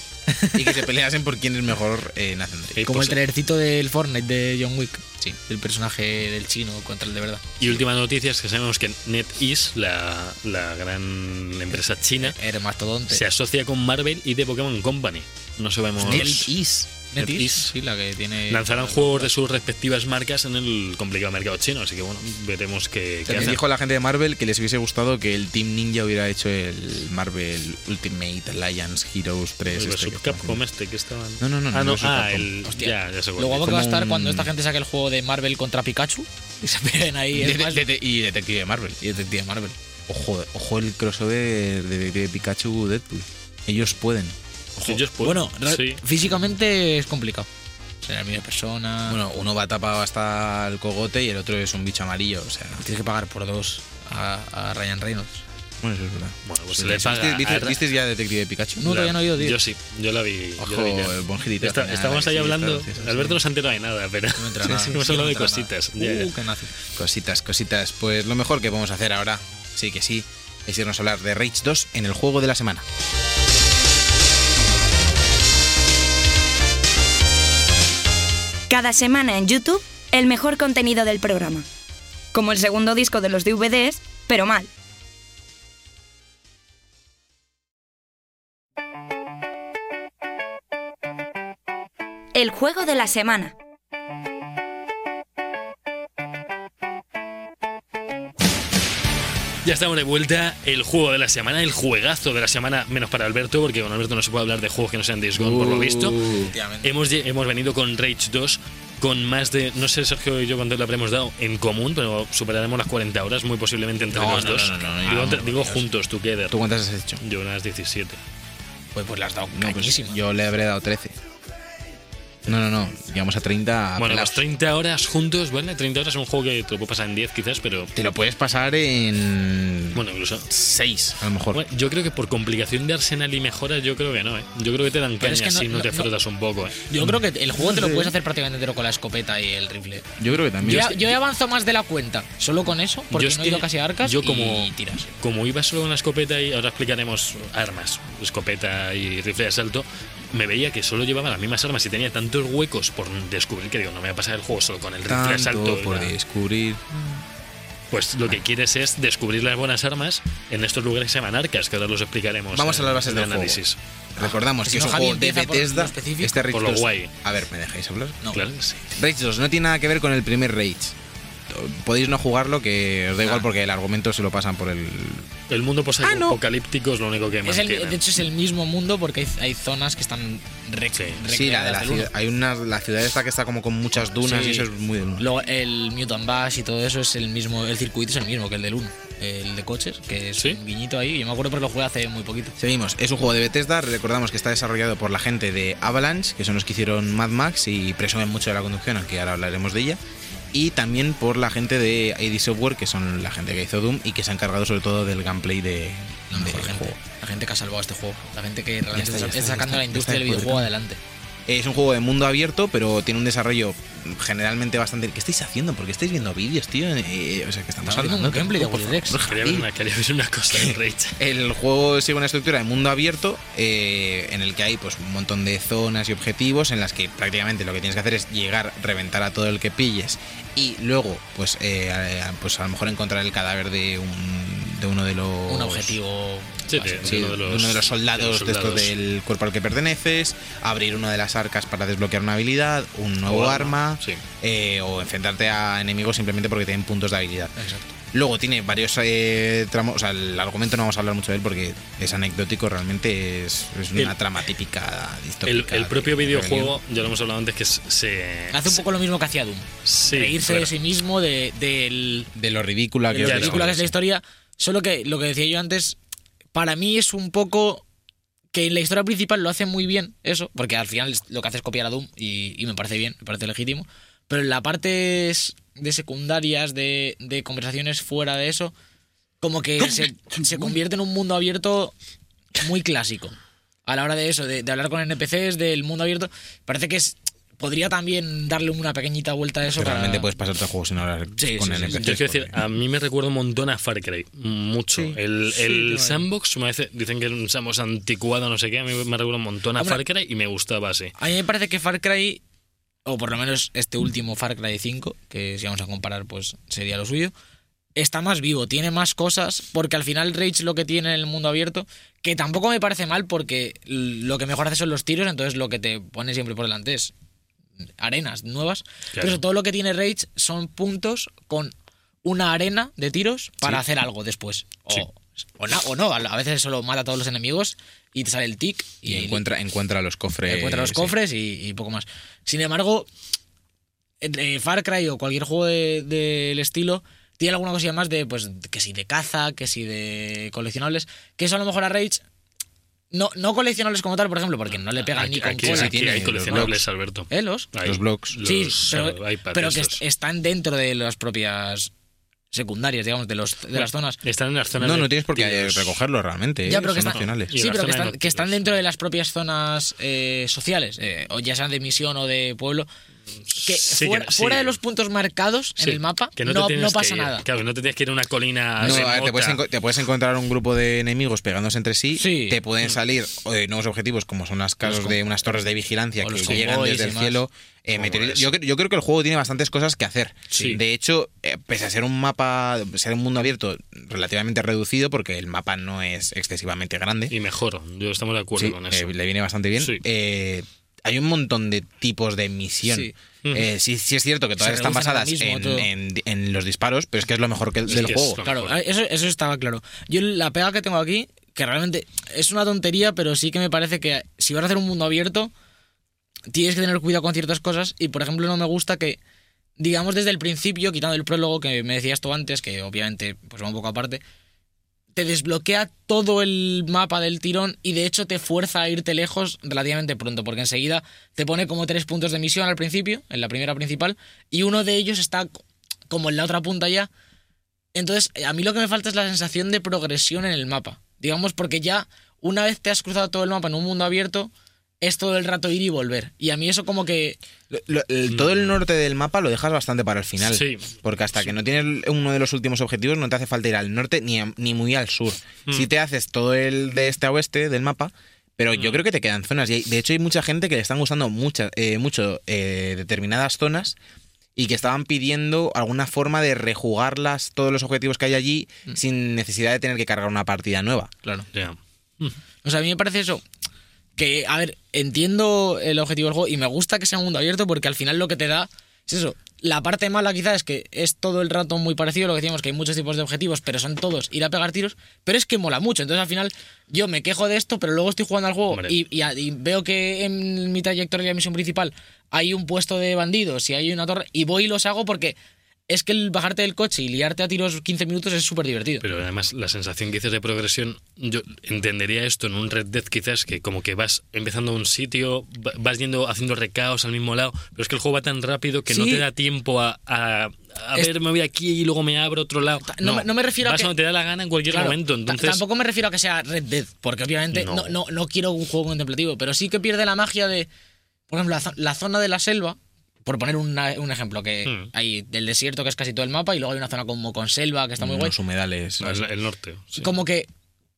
y que se peleasen por quién es mejor eh, Nathan Drake. Eh, Como pues, el trailercito del Fortnite de John Wick. Sí. Del personaje del chino contra el de verdad. Y última noticia es que sabemos que NetEase, la, la gran empresa china, Eres mastodonte. se asocia con Marvel y The Pokémon Company. No sabemos. NetEase. NetEase. NetEase. Sí, la que tiene. Lanzarán juegos de sus respectivas marcas en el complicado mercado chino, así que bueno, veremos qué, qué También hacen. dijo la gente de Marvel que les hubiese gustado que el Team Ninja hubiera hecho el Marvel Ultimate Alliance Heroes 3. El este sub que están haciendo. Capcom este que estaban. No, no, no, Ah, no, no, el ah, Capcom. el. Hostia. Ya, ya sé cuál Lo guapo que va a como estar un- cuando esta gente saque el juego de Marvel contra Pikachu y se peleen ahí. De- es más, de- de- y Detective de Marvel. y Detective Marvel. Ojo, ojo el crossover de, de- de Pikachu Deadpool. Ellos pueden. Ellos pueden. Bueno, ra- Sí. físicamente es complicado. Será la misma persona. Bueno, uno va tapado hasta el cogote y el otro es un bicho amarillo. O sea, tienes que pagar por dos a, a Ryan Reynolds. bueno, eso es verdad. Bueno, pues se le paga ¿Viste, a viste- Ra- visteis ya Detective de Pikachu? No, la- todavía no he oído, tío. Yo sí, yo la vi. yo Ojo, la vi ya. el buen girito al Está- final, estábamos que ahí sí, hablando. está gracioso, Alberto sí. no se ha enterado de nada, pero No me entra nada. hemos No hablado me de entra nada. cositas. Uh, ya, ya. qué nazi. Cositas, cositas. Pues lo mejor que podemos hacer ahora, sí que sí, es irnos a hablar de Rage 2 en el juego de la semana. Cada semana en YouTube, el mejor contenido del programa. Como el segundo disco de los DVDs, pero mal. El juego de la semana. Ya estamos de vuelta. El juego de la semana, el juegazo de la semana, menos para Alberto, porque con Alberto no se puede hablar de juegos que no sean Days Gone, por lo visto. Uh. Hemos, lle- hemos venido con Rage 2 con más de, no sé Sergio y yo cuánto le habremos dado en común, pero superaremos las 40 horas muy posiblemente entre No, los no, dos. no, no, no, digo no, entre- no, digo Dios. juntos, together. ¿Tú cuántas has hecho? Yo unas 17. Pues, pues le has dado No, pues cañísima. yo le habré dado 13. No, no, no. Llegamos a Ah, 30. Bueno, pues pelados. las 30 horas juntos, ¿vale? 30 horas es un juego que te lo puedo pasar en 10 quizás, pero Te lo puedes pasar en. bueno, incluso... 6, a lo mejor. Bueno, yo creo que por complicación de arsenal y mejora, yo creo que no, ¿eh? Yo creo que te dan Pero caña es que no- si no, no- te no. frotas un poco, ¿eh? Yo creo que el juego te lo puedes hacer prácticamente entero con la escopeta y el rifle. yo creo que Yo, también. he- yo he avanzado más de la cuenta, solo con eso, porque Yo es no he ido que- casi a arcas yo como, y tiras. Como iba solo con la escopeta y ahora explicaremos armas, escopeta y rifle de asalto, me veía que solo llevaba las mismas armas y tenía tantos huecos por descubrir que digo, no me voy a pasar el juego solo con el rifle de asalto. Tanto por la- descubrir. Pues lo que quieres es descubrir las buenas armas en estos lugares que se llaman arcas, que ahora los explicaremos. Vamos a en las bases el del juego. análisis. Recordamos que Si no, es un Javi juego de empieza por lo Bethesda. específico. Este Rage Por lo 2. guay. A ver, ¿me dejáis hablar? No. Claro que sí. Rage 2 no tiene nada que ver con el primer Rage. Podéis no jugarlo, que os da Ah. igual porque el argumento se lo pasan por el. El mundo posapocalíptico es lo único que Es el- mantiene. de hecho, es el mismo mundo porque hay, hay zonas que están re, recreadas Sí, la de la del uno. ciudad. Hay una. La ciudad esta que está como con muchas dunas Sí. y eso es muy del uno. Luego el Mutant Bash y todo eso es el mismo, el circuito es el mismo que el del 1, el de coches, que es ¿Sí? un guiñito ahí. Yo me acuerdo porque lo jugué hace muy poquito. Seguimos, es un juego de Bethesda, recordamos que está desarrollado por la gente de Avalanche, que son los que hicieron Mad Max y presumen mucho de la conducción, aunque ahora hablaremos de ella, y también por la gente de ID Software, que son la gente que hizo Doom y que se han encargado sobre todo del gameplay de, La del mejor gente, juego. la gente que ha salvado este juego, la gente que realmente está, ya está, está, ya sacando está, la ya está industria del el videojuego adelante. Es un juego de mundo abierto, pero tiene un desarrollo generalmente bastante... ¿Qué estáis haciendo? ¿Por qué estáis viendo vídeos, tío? Eh, o sea, que estamos Estamos hablando... viendo un gameplay de Willy Rex. Quería ver una, quería ver una cosa de Rage. El juego sigue una estructura de mundo abierto eh, en el que hay pues un montón de zonas y objetivos en las que prácticamente lo que tienes que hacer es llegar, reventar a todo el que pilles y luego pues, eh, a, pues a lo mejor encontrar el cadáver de, un- de uno de los... Un objetivo. Sí, básico. de- Sí, uno de los- soldados, de de, los soldados. estos del cuerpo al que perteneces, abrir una de las arcas para desbloquear una habilidad, un nuevo O arma, arma, sí. eh, o enfrentarte a enemigos simplemente porque tienen puntos de habilidad. Exacto. Luego tiene varios eh, tramos, o sea, el argumento no vamos a hablar mucho de él porque es anecdótico, realmente es, es una El- trama típica El, distópica el de- propio de videojuego, ya lo hemos hablado antes, que se- se... Hace un poco lo mismo que hacía Doom. Sí, Reírse claro. de sí mismo, de, del, rebelión. De lo ridícula de que lo es claro. ridícula que es la historia. Solo que lo que decía yo antes, para mí es un poco que en la historia principal lo hace muy bien eso, porque al final lo que hace es copiar a Doom y, y me parece bien, me parece legítimo. Pero en la parte es- de secundarias, de, de conversaciones fuera de eso, como que se, se convierte en un mundo abierto muy clásico. A la hora de eso, de, de hablar con NPCs, del mundo abierto, parece que es, podría también darle una pequeñita vuelta a eso. Que para- Realmente puedes pasar todo el juego sin hablar Sí, con sí, sí, NPCs. Yo quiero decir, porque- a mí me recuerda un montón a Far Cry, mucho. el el sandbox, me hace- dicen que es un sandbox anticuado, no sé qué, a mí me recuerda un montón a Hombre. Far Cry y me gustaba así. A mí me parece que Far Cry o por lo menos este último Far Cry 5, que si vamos a comparar, pues sería lo suyo, está más vivo, tiene más cosas, porque al final Rage lo que tiene en el mundo abierto, que tampoco me parece mal, porque lo que mejor hace son los tiros, entonces lo que te pone siempre por delante es arenas nuevas, Claro. pero todo lo que tiene Rage son puntos con una arena de tiros para Sí. hacer algo después. O, Sí. o na- o no, a a veces solo mata a todos los enemigos y te sale el tic Y encuentra, encuentra los cofres. encuentra los sí. cofres y, y poco más. Sin embargo, eh, Far Cry o cualquier juego de- del estilo tiene alguna cosilla más de, pues, que si de caza, que si de coleccionables, que eso a lo mejor a Rage. No, no coleccionables como tal, por ejemplo, porque no le pegan Aquí, ni con aquí- cola. aquí tiene hay los coleccionables, Alberto. ¿Eh, los? Hay Los blogs. sí, los, pero, eh, iPad pero que estos. est- están dentro de las propias secundarias, digamos, de, los, de las zonas. Están en las zonas No, de no tienes por qué eh, tiros. recogerlo realmente. Ya, eh, pero que son está- opcionales. Y Sí, la pero que zona de están, que están noticias. dentro de las propias zonas eh, sociales, eh, o ya sean de misión o de pueblo. Que Sí, que- fuera, sí, fuera que- de los puntos marcados Sí, en el mapa, que no, te tienes no que pasa ir. nada. Claro, que no te tienes que ir a una colina. No, a ver, Ah, remota. te, puedes enco- te puedes encontrar un grupo de enemigos pegándose entre sí, Sí. te Mm. pueden salir eh, nuevos objetivos como son las casas con- de unas torres de vigilancia o que los llegan convoys desde y el más. cielo. eh, Como meteoritos. es. yo, cre- yo creo que el juego tiene bastantes cosas que hacer. Sí. De hecho, eh, pese a ser un mapa, ser un mundo abierto relativamente reducido, porque el mapa no es excesivamente grande, Y mejor, yo estamos de acuerdo Sí, con eso. eh, le viene bastante bien. Sí. Eh, hay un montón de tipos de misión. Sí. Sí. sí, sí es cierto que todas Se están reducen a lo basadas mismo, en, todo. en- en los disparos, pero es que es lo mejor que el- Es del que es juego. lo- Claro, mejor. eso, eso estaba claro. Yo la pega que tengo aquí, que realmente es una tontería, pero sí que me parece que si vas a hacer un mundo abierto, tienes que tener cuidado con ciertas cosas. Y por ejemplo, no me gusta que, digamos, desde el principio, quitando el prólogo que me decías tú antes, que obviamente pues va un poco aparte, te desbloquea todo el mapa del tirón y de hecho te fuerza a irte lejos relativamente pronto, porque enseguida te pone como tres puntos de misión al principio, en la primera principal, y uno de ellos está co- como en la otra punta ya. Entonces, eh, a mí lo que me falta es la sensación de progresión en el mapa. Digamos, porque ya una vez te has cruzado todo el mapa en un mundo abierto, es todo el rato ir y volver. Y a mí eso como que... Lo- lo- el- todo el norte del mapa lo dejas bastante para el final. Sí. Porque hasta que no tienes uno de los últimos objetivos, no te hace falta ir al norte ni, a- ni muy al sur. Si te haces todo el de este a oeste del mapa. Pero yo creo que te quedan zonas. Y hay- de hecho, hay mucha gente que le están gustando mucha, eh, mucho eh, determinadas zonas y que estaban pidiendo alguna forma de rejugarlas todos los objetivos que hay allí sin necesidad de tener que cargar una partida nueva. Claro. Ya. O sea, a mí me parece eso. Que, a ver, entiendo el objetivo del juego y me gusta que sea un mundo abierto porque al final lo que te da es eso. La parte mala quizás es que es todo el rato muy parecido a lo que decíamos, que hay muchos tipos de objetivos, pero son todos ir a pegar tiros, pero es que mola mucho. Entonces al final yo me quejo de esto, pero luego estoy jugando al juego Hombre. y, y a- y veo que en mi trayectoria de la misión principal hay un puesto de bandidos y hay una torre y voy y los hago porque es que el bajarte del coche y liarte a tiros 15 minutos es súper divertido. Pero además, la sensación que dices de progresión, yo entendería esto en un Red Dead quizás, que como que vas empezando a un sitio, va- vas yendo haciendo recaos al mismo lado, pero es que el juego va tan rápido que no Sí. te da tiempo a... a a Es- ver, me voy aquí y luego me abro a otro lado. Ta- no me- no me refiero a vas que- donde te da la gana en cualquier Claro, momento. ta- Entonces, Tampoco me refiero a que sea Red Dead, porque obviamente no. No. No, no quiero un juego contemplativo, pero sí que pierde la magia de, por ejemplo, la, zo- la zona de la selva, por poner una- un ejemplo, que Hmm. hay del desierto que es casi todo el mapa y luego hay una zona como con selva que está muy guay. Unos humedales. No, es la- el norte. sí. Como que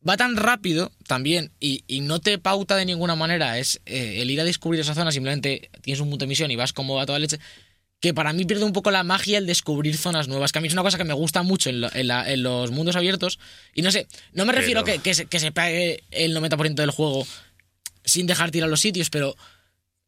va tan rápido también y, y no te pauta de ninguna manera. Es eh, el ir a descubrir esa zona, simplemente tienes un punto de misión y vas como a toda leche. Que para mí pierde un poco la magia el descubrir zonas nuevas. Que a mí es una cosa que me gusta mucho en, lo- en la- en los mundos abiertos. Y no sé, no me refiero Pero- a que, que se, que se pague el 90% del juego sin dejar tirar los sitios, pero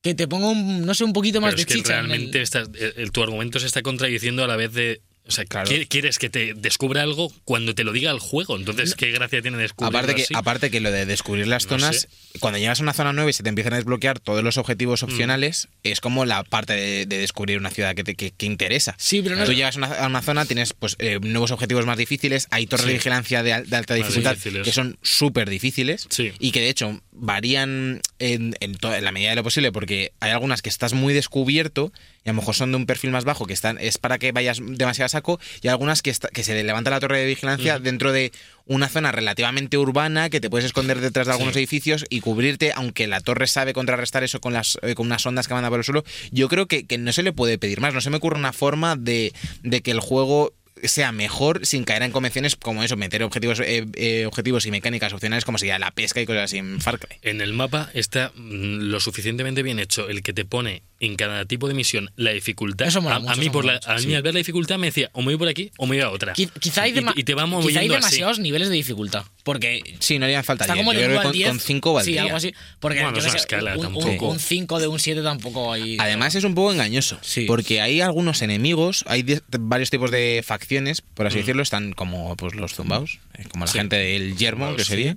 que te ponga un, no sé, un poquito más Pero es de que chicha. en el- realmente estás- el- el- tu argumento se está contradiciendo a la vez de... O sea, Claro. qui- quieres que te descubra algo cuando te lo diga el juego. Entonces, ¿qué gracia tiene descubrirlo Aparte que, así? aparte que lo de descubrir las No zonas, cuando llegas a una zona nueva y se te empiezan a desbloquear todos los Mm. objetivos opcionales, es como la parte de, de descubrir una ciudad que te que, que interesa. Sí, pero no- Tú llegas a una, a una zona, tienes pues eh, nuevos objetivos más difíciles, hay torres Sí. de vigilancia de, al- de alta dificultad difíciles. que son súper difíciles Sí. y que de hecho varían en, en to- en la medida de lo posible porque hay algunas que estás muy descubierto y a lo mejor son de un perfil más bajo que están es para que vayas demasiado a saco y hay algunas que, está- que se levanta la torre de vigilancia dentro de una zona relativamente urbana que te puedes esconder detrás de algunos edificios y cubrirte aunque la torre sabe contrarrestar eso con las eh, con unas ondas que van a por el suelo yo creo que, que no se le puede pedir más no se me ocurre una forma de, de que el juego sea mejor sin caer en convenciones como eso, meter objetivos, eh, eh, objetivos y mecánicas opcionales como sería la pesca y cosas así en Far Cry. En el mapa está mm, lo suficientemente bien hecho el que te pone en cada tipo de misión la dificultad. Eso mola a, a mucho, mí, eso por mola la- a mucho, mí sí. al ver la dificultad me decía, o me voy por aquí o me voy a otra. Qui- Quizá hay, y, dema- y te va quizá hay moviendo así. demasiados niveles de dificultad. Porque Sí, no haría falta. está diez. como Yo el creo que 1 al con- 10. Con 5 valdría. Sí, algo así. Porque Bueno, yo es qué una sé, escala, un- un, tampoco. 5 de un 7 tampoco hay. Además es un poco engañoso, Sí. porque hay algunos enemigos, hay de- varios tipos de facciones, por así decirlo, están como pues los zumbaos, eh, como la Sí. gente del yermo, Zumbaos, que sería.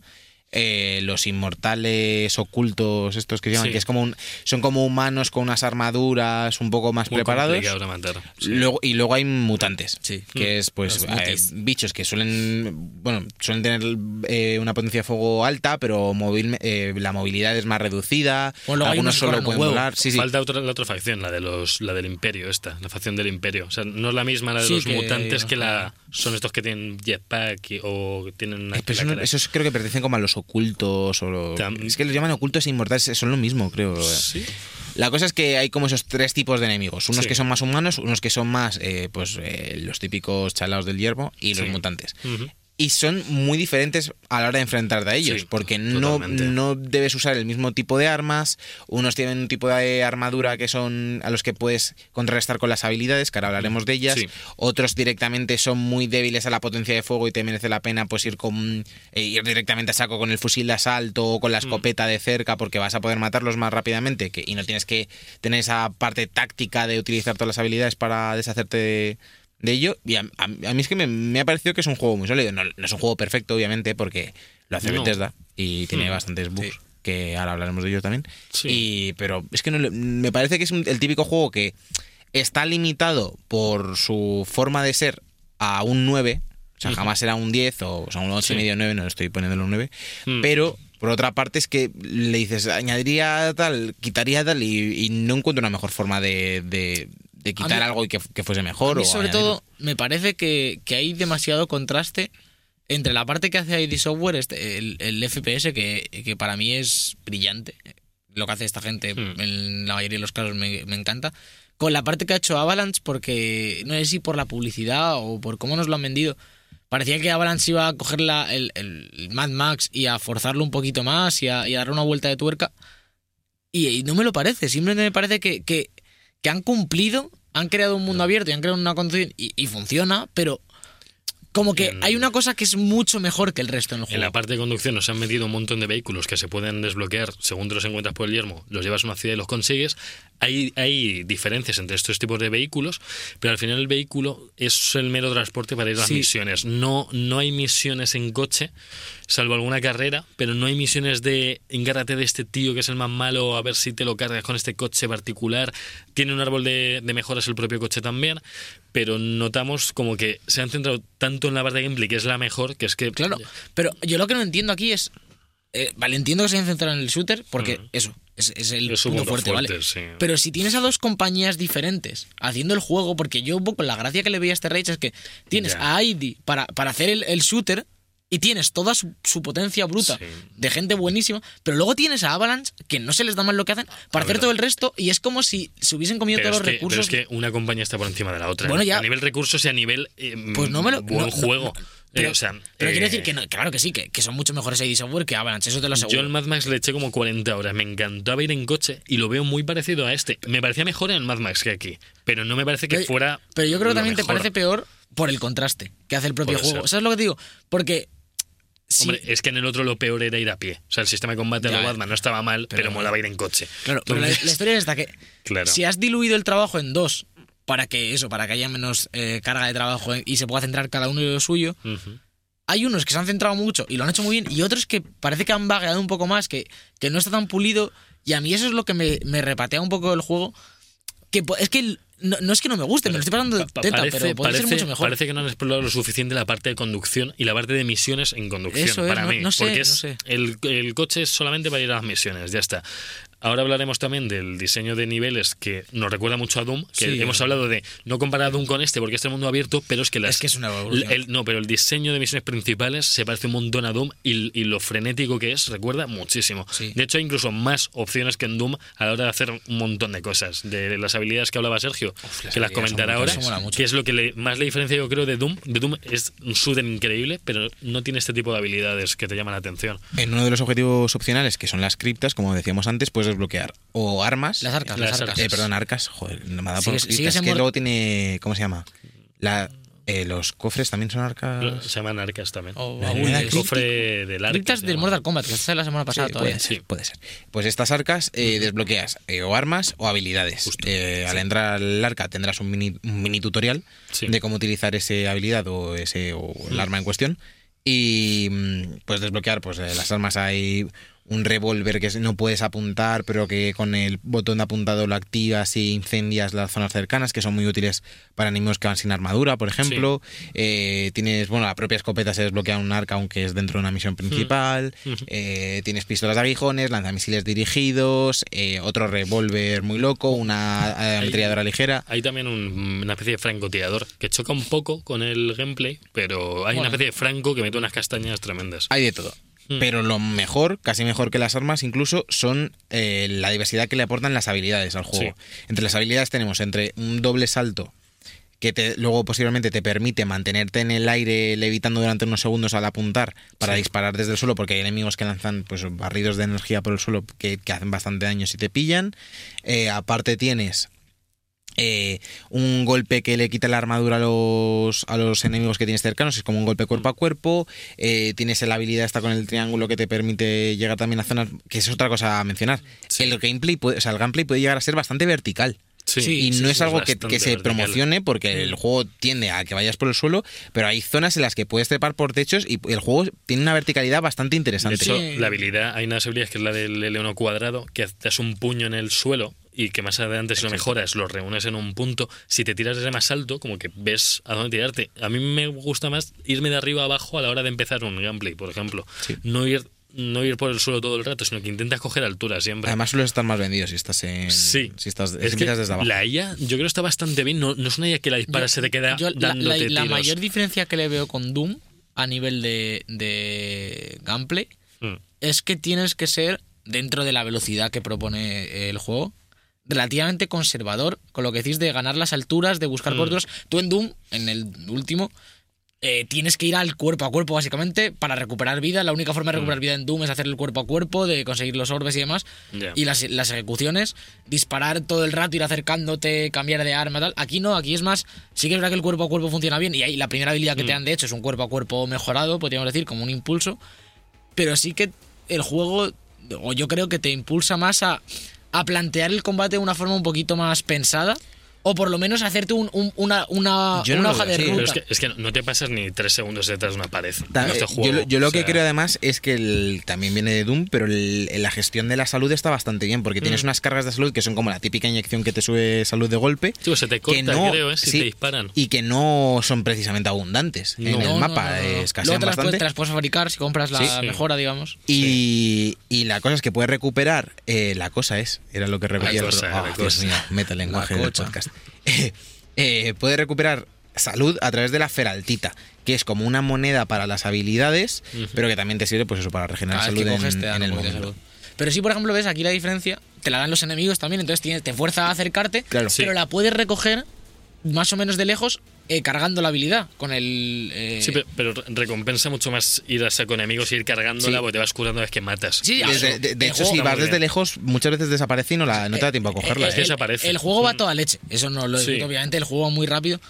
eh, los inmortales ocultos, estos que se llaman, Sí. que es como un, son como humanos con unas armaduras un poco más Muy preparados. complicado de matar. Sí. Luego, y luego hay mutantes, Sí. que es pues Los eh, mutis. bichos que suelen bueno suelen tener eh, una potencia de fuego alta, pero móvil eh, la movilidad es más reducida. O luego hay algunos unos que solo corren un pueden huevo. volar. Sí, sí. Falta otra, la otra facción, la de los, la del imperio, esta, la facción del imperio. O sea, no es la misma la de Sí, los que- mutantes que la. Son estos que tienen jetpack y- o que tienen una. Eh, pero la eso, no- cara- esos creo que pertenecen como a los ocultos o lo- Tam- es que los llaman ocultos e inmortales son lo mismo creo Sí. la cosa es que hay como esos tres tipos de enemigos unos Sí. que son más humanos unos que son más eh, pues eh, los típicos chalaos del hierbo y los Sí. mutantes Ujú. y son muy diferentes a la hora de enfrentarte a ellos, Sí, porque no, totalmente. no debes usar el mismo tipo de armas, unos tienen un tipo de armadura que son a los que puedes contrarrestar con las habilidades, que ahora hablaremos de ellas, Sí. otros directamente son muy débiles a la potencia de fuego y te merece la pena pues ir con eh, ir directamente a saco con el fusil de asalto o Mm. con la escopeta de cerca porque vas a poder matarlos más rápidamente que, y no tienes que tener esa parte táctica de utilizar todas las habilidades para deshacerte de, de ello. Y a, a- a mí es que me, me ha parecido que es un juego muy sólido. No, no es un juego perfecto, obviamente, porque lo hace No. Bethesda y tiene Hmm. bastantes bugs. Sí. Que ahora hablaremos de ellos también. Sí. Y, pero es que no le- me parece que es un- el típico juego que está limitado por su forma de ser a un 9. O sea, jamás será un 10 o, o sea, un 8 Sí. y medio 9, no le estoy poniéndolo un 9. Mm. Pero por otra parte es que le dices, añadiría tal, quitaría tal y, y no encuentro una mejor forma de, de- de quitar mí- algo y que, que fuese A mejor. mí, o sobre añadirlo. todo, me parece que, que hay demasiado contraste entre la parte que hace ID Software, este- el, el FPS, que, que para mí es brillante. Lo que hace esta gente, Hmm. en la mayoría de los casos, me, me encanta. Con la parte que ha hecho Avalanche, porque no sé si por la publicidad o por cómo nos lo han vendido. Parecía que Avalanche iba a coger la- el, el Mad Max y a forzarlo un poquito más y a, y a dar una vuelta de tuerca. Y, y no me lo parece, simplemente me parece que, que, que han cumplido, han creado un mundo abierto y han creado una condición y, y funciona, pero como que En- hay una cosa que es mucho mejor que el resto en el En juego. la parte de conducción nos han metido un montón de vehículos que se pueden desbloquear según te los encuentras por el yermo, los llevas a una ciudad y los consigues. Hay, hay diferencias entre estos tipos de vehículos, pero al final el vehículo es el mero transporte para ir a las Sí. misiones. No, no hay misiones en coche, salvo alguna carrera, pero no hay misiones de engárrate de este tío que es el más malo, a ver si te lo cargas con este coche particular. Tiene un árbol de, de mejoras el propio coche también, pero notamos como que se han centrado tanto en la parte de gameplay, que es la mejor, que es que... Claro, pero yo lo que no entiendo aquí es. eh, vale, entiendo que se hayan centrado en el shooter, porque eso, es, es el Es su punto punto fuerte, ¿vale? fuerte, sí. Pero si tienes a dos compañías diferentes haciendo el juego, porque yo un poco la gracia que le veía a este Rage es que tienes Ya. a ID para, para hacer el, el shooter y tienes toda su, su potencia bruta Sí. de gente buenísima, pero luego tienes a Avalanche que no se les da mal lo que hacen para hacer ver. todo el resto y es como si se hubiesen comido Pero es, todos los que, pero recursos. es que una compañía está por encima de la otra. Bueno, ¿eh? ya. A nivel recursos y a nivel eh, Pues no me lo. buen no- no- juego. no, Eh, o sea, pero quiero eh, decir que no- claro que sí, que, que son mucho mejores ID Software que Avalanche, eso te lo aseguro. Yo al Mad Max le eché como 40 horas. Me encantaba ir en coche y lo veo muy parecido a este. Me parecía mejor en el Mad Max que aquí. Pero no me parece que Pero- fuera. Pero yo creo que lo también te mejor. parece peor por el contraste que hace el propio Puede juego. ser. ¿Sabes lo que te digo? Porque. sí, Hombre, eh, es que en el otro lo peor era ir a pie. O sea, el sistema de combate de Ya, los Batman no estaba mal, pero, molaba ir en coche. claro, pero la, Entonces- la historia es esta: que Claro. si has diluido el trabajo en dos para que eso, para que haya menos eh, carga de trabajo y se pueda centrar cada uno en lo suyo, Ujú. hay unos que se han centrado mucho y lo han hecho muy bien, y otros que parece que han vagueado un poco más, que, que no está tan pulido. Y a mí eso es lo que me, me repatea un poco el juego. Que po- es que el- no, no es que no me guste, me lo estoy pasando de Pa- teta, parece, pero puede ser parece- mucho mejor. parece que no han explorado lo suficiente la parte de conducción y la parte de misiones en conducción Eso es, para no- mí. no sé, porque no es sé. El, el coche es solamente para ir a las misiones, ya está. Ahora hablaremos también del diseño de niveles que nos recuerda mucho a Doom, que Sí, hemos eh. hablado de no comparar a Doom con este porque este es mundo abierto, pero es que las Es que es una evolución. el, el- no, pero el diseño de misiones principales se parece un montón a Doom y, y lo frenético que es recuerda muchísimo. Sí. De hecho, hay incluso más opciones que en Doom a la hora de hacer un montón de cosas. De las habilidades que hablaba Sergio, las que las habilidades comentará son ahora, brutales. Eso mola mucho. que es lo que le- más le diferencia yo creo de Doom. De Doom es un shooter increíble, pero no tiene este tipo de habilidades que te llaman la atención. En uno de los objetivos opcionales, que son las criptas, como decíamos antes, puedes desbloquear o armas. Las arcas, Las las arcas. arcas. Eh, perdón, arcas. Joder, no me ha dado por Sigues- criptas. sigues en que mor- luego tiene. ¿Cómo se llama? La, eh, los cofres también son Lo- arcas. Se llaman arcas también. O La baúles. moneda el cofre del arca. Criptas se del llama. Mortal Kombat, que está la semana pasada Sí, todavía. puede ser, Sí. puede ser. Pues estas arcas eh, desbloqueas eh, o armas o habilidades. Eh, Al entrar al arca tendrás un mini, un mini tutorial Sí. de cómo utilizar esa habilidad o ese o el arma en cuestión. Y mm, puedes desbloquear pues eh, las armas. Hay un revólver que no puedes apuntar, pero que con el botón de apuntado lo activas y incendias las zonas cercanas, que son muy útiles para enemigos que van sin armadura, por ejemplo. Eh, tienes, bueno, la propia escopeta se desbloquea en un arca, aunque es dentro de una misión principal. Eh, tienes pistolas de aguijones, lanzamisiles dirigidos, eh, otro revólver muy loco, una eh, ametralladora ligera. Hay también un- una especie de francotirador que choca un poco con el gameplay, pero hay una especie de franco que mete unas castañas tremendas. Hay de todo. Pero lo mejor, casi mejor que las armas incluso, son eh, la diversidad que le aportan las habilidades al juego. Entre las habilidades tenemos entre un doble salto que te- luego posiblemente te permite mantenerte en el aire levitando durante unos segundos al apuntar para disparar desde el suelo, porque hay enemigos que lanzan pues barridos de energía por el suelo que, que hacen bastante daño si te pillan. Eh, aparte tienes eh, un golpe que le quita la armadura a los, a los enemigos que tienes cercanos, es como un golpe cuerpo a cuerpo, eh, tienes la habilidad esta con el triángulo que te permite llegar también a zonas, que es otra cosa a mencionar. Sí. El gameplay puede, o sea, el gameplay puede llegar a ser bastante vertical. Sí, y sí, no sí, es algo que, bastante que se vertical. Mm. promocione porque el juego tiende a que vayas por el suelo, pero hay zonas en las que puedes trepar por techos y el juego tiene una verticalidad bastante De interesante. hecho, Sí. la habilidad, hay una habilidad que es la del L1 cuadrado, que das un puño en el suelo y que más adelante si lo mejoras, lo reúnes en un punto. Si te tiras desde más alto, como que ves a dónde tirarte. A mí me gusta más irme de arriba a abajo a la hora de empezar un gameplay, por ejemplo. No ir no ir por el suelo todo el rato, sino que intentas coger altura siempre. Además sueles estar más vendido si estás en... Sí. Si, estás, si Es que empiezas desde abajo. La IA, yo creo que está bastante bien. No, no es una IA que la dispara, se te queda Yo la, dándote la- la tiros. mayor diferencia que le veo con Doom a nivel de, de gameplay Mm. es que tienes que ser, dentro de la velocidad que propone eh, el juego, relativamente conservador con lo que decís de ganar las alturas, de buscar coberturas. Tú en Doom, en el último, eh, tienes que ir al cuerpo a cuerpo, básicamente, para recuperar vida. La única forma de recuperar vida en Doom es hacer el cuerpo a cuerpo, de conseguir los orbes y demás. Ya. Y las, las ejecuciones, disparar todo el rato, ir acercándote, cambiar de arma, tal. Aquí no, aquí es más. Sí que es verdad que el cuerpo a cuerpo funciona bien. Y ahí la primera habilidad que te han de hecho es un cuerpo a cuerpo mejorado, podríamos decir, como un impulso. Pero sí que el juego, o yo creo que te impulsa más a, a plantear el combate de una forma un poquito más pensada. O por lo menos hacerte un- un- una, una, Yo no una lo hoja veo de así, ruta. Pero es que, es que no te pasas ni tres segundos detrás de una pared. Ta- en este eh, juego. Yo, lo- yo lo O que sea, creo además es que el- también viene de Doom, pero el- la gestión de la salud está bastante bien, porque Mm. tienes unas cargas de salud que son como la típica inyección que te sube salud de golpe. Tío, se te corta, creo, ¿eh? Si te disparan. Y que no son precisamente abundantes en No. el No, mapa, no, no, no. eh, Luego escasean te las, puedes, bastante. te las puedes fabricar si compras la Sí, sí. mejora, digamos. Y, y la cosa es que puedes recuperar. eh, la cosa es, era lo que repetía el cosa, otro- la Ah, Dios cosa. mío, meta el lenguaje del cocha. podcast. Eh, puedes recuperar salud a través de la feraltita, que es como una moneda para las habilidades, pero que también te sirve pues eso para regenerar Cada vez salud Ah, que en, coges te dan en el un poquito de momento. salud. Pero sí, por ejemplo, ves aquí la diferencia, te la dan los enemigos también, entonces tienes- te fuerza a acercarte, Claro. pero Sí. la puedes recoger más o menos de lejos eh, cargando la habilidad con el... eh, Sí, pero, pero re- recompensa mucho más ir a saco enemigos y ir cargándola porque te vas curando vez que matas. Sí, ah, Desde- eso. de de El hecho, juego si está vas muy desde bien. lejos, muchas veces desaparece y no, la, no te da tiempo a cogerla. Eh, Es que ¿eh? el- desaparece. El juego va a toda leche, eso no lo Mm. Sí. discuto, obviamente, el juego va muy rápido,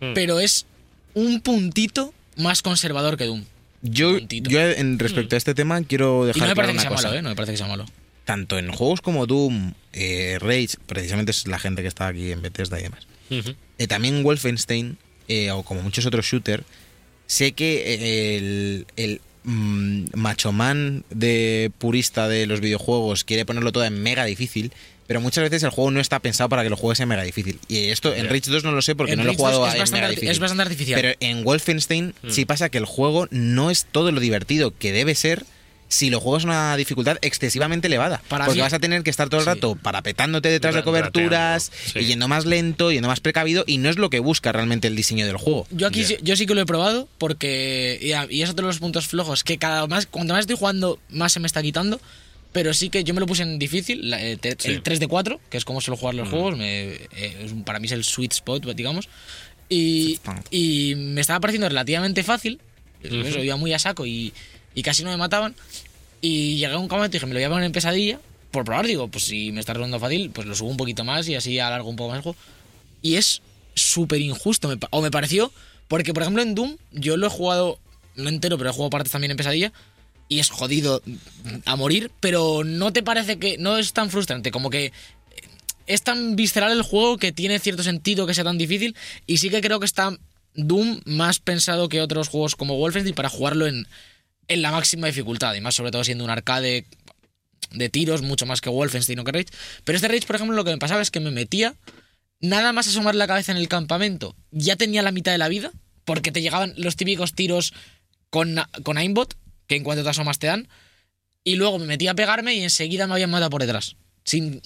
Mm. pero es un puntito más conservador que Doom. Yo, Puntito. yo en respecto a este tema, quiero Mm. Y no dejar me claro parece que una sea cosa. malo, ¿eh? No me parece que sea malo. Tanto en juegos como Doom, eh, Rage, precisamente es la gente que está aquí en Bethesda y demás. Ujú. Eh, también Wolfenstein, eh, o como muchos otros shooters, sé que eh, el, el mm, machomán de purista de los videojuegos quiere ponerlo todo en mega difícil, pero muchas veces el juego no está pensado para que lo juegues en mega difícil. Y esto en Ya. Rage 2 no lo sé porque En no lo he Rage jugado 2 a- es en bastante mega arti- difícil. es bastante artificial. Hmm. Pero en Wolfenstein sí pasa que el juego no es todo lo divertido que debe ser si lo juegas a una dificultad excesivamente elevada. Para porque mí- vas a tener que estar todo el Sí. rato parapetándote detrás de Ra- coberturas, rateando, sí. y yendo más lento, yendo más precavido, y no es lo que busca realmente el diseño del juego. Yo aquí Ya. sí- yo sí que lo he probado porque y, a- y es otro de los puntos flojos que cada más cuanto más estoy jugando más se me está quitando. Pero sí que yo me lo puse en difícil, la- eh, te- Sí. Mm. el 3 de 4, que es como suelo jugar los juegos, me- eh, es un- para mí es el sweet spot, digamos. Y, y me estaba pareciendo relativamente fácil, eso, iba muy a saco y, y casi no me mataban. Y llegué a un momento y dije, me lo voy a poner en pesadilla, por probar, digo, pues si me está resultando fácil, pues lo subo un poquito más y así alargo un poco más el juego y es súper injusto, me pa- o me pareció, porque por ejemplo en Doom yo lo he jugado, no entero, pero he jugado partes también en pesadilla, y es jodido mm, a morir, pero no te parece que, no es tan frustrante, como que eh, es tan visceral el juego que tiene cierto sentido que sea tan difícil, y sí que creo que está Doom más pensado que otros juegos como Wolfenstein para jugarlo en, en la máxima dificultad, y más sobre todo siendo un arcade de tiros, mucho más que Wolfenstein o que Rage. Pero este Rage, por ejemplo, lo que me pasaba es que me metía, nada más asomar la cabeza en el campamento, ya tenía la mitad de la vida, porque te llegaban los típicos tiros con, con aimbot, que en cuanto te asomas te dan, y luego me metía a pegarme y enseguida me habían matado por detrás. Sin...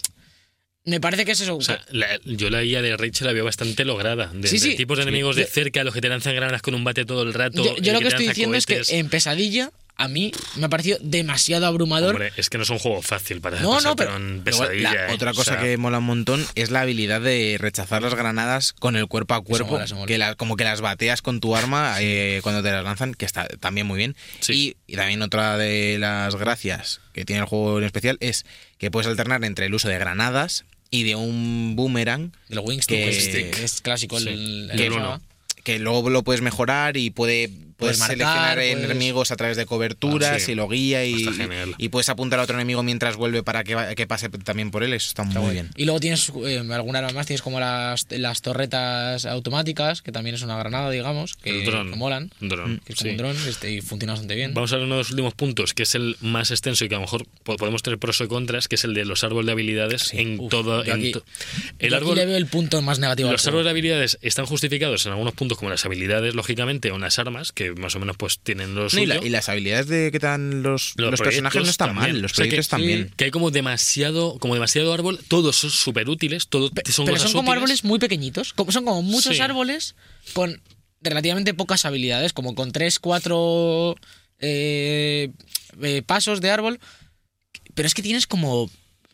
Me parece que es eso. O sea, la- yo la IA de Rachel la veo bastante lograda. De, Sí, de sí. tipos de enemigos de Yo- cerca, los que te lanzan granadas con un bate todo el rato. yo el yo lo que te estoy lanza diciendo es cohetes. que en pesadilla a mí me ha parecido demasiado abrumador. Hombre, es que no es un juego fácil para No, no, pasártelo pero- en Luego, pesadilla. la ¿eh? otra O cosa sea, que mola un montón es la habilidad de rechazar las granadas con el cuerpo a cuerpo, mola, eso mola. que la- como que las bateas con tu arma eh, cuando te las lanzan, que está también muy bien. Sí. Y, y también otra de las gracias que tiene el juego en especial es que puedes alternar entre el uso de granadas y de un boomerang El Wingstick Que- es, pues, este, es clásico. el- Sí. el- Que el- uno. que luego lo puedes mejorar y puede puedes marcar, seleccionar puedes- enemigos a través de coberturas Ah, sí. y lo guía y, Está genial. y puedes apuntar a otro enemigo mientras vuelve para que, va- que pase también por él. Eso está, muy bien. Y luego tienes eh, alguna arma más, tienes como las, las torretas automáticas, que también es una granada, digamos, que, El dron. que molan. Un dron, Que es como sí. un dron este, y funciona bastante bien. Vamos a ver uno de los últimos puntos, que es el más extenso y que a lo mejor po- podemos tener pros y contras, que es el de los árboles de habilidades en Uf, todo. yo en aquí- to- El el árbol, le veo el punto más negativo. al los juego. árboles de habilidades están justificados en algunos puntos, como las habilidades, lógicamente, o en las armas, que más o menos pues tienen los. No, y, la- y las habilidades de que te dan los, Los los, personajes proyectos no están también. mal, los O sea que- proyectos también. Que hay como demasiado, como demasiado árbol, todos son súper útiles, todos son Pero cosas son como útiles. árboles muy pequeñitos. Como, son como muchos Sí. árboles con relativamente pocas habilidades, como con 3, 4 eh, pasos de árbol. Pero es que tienes como,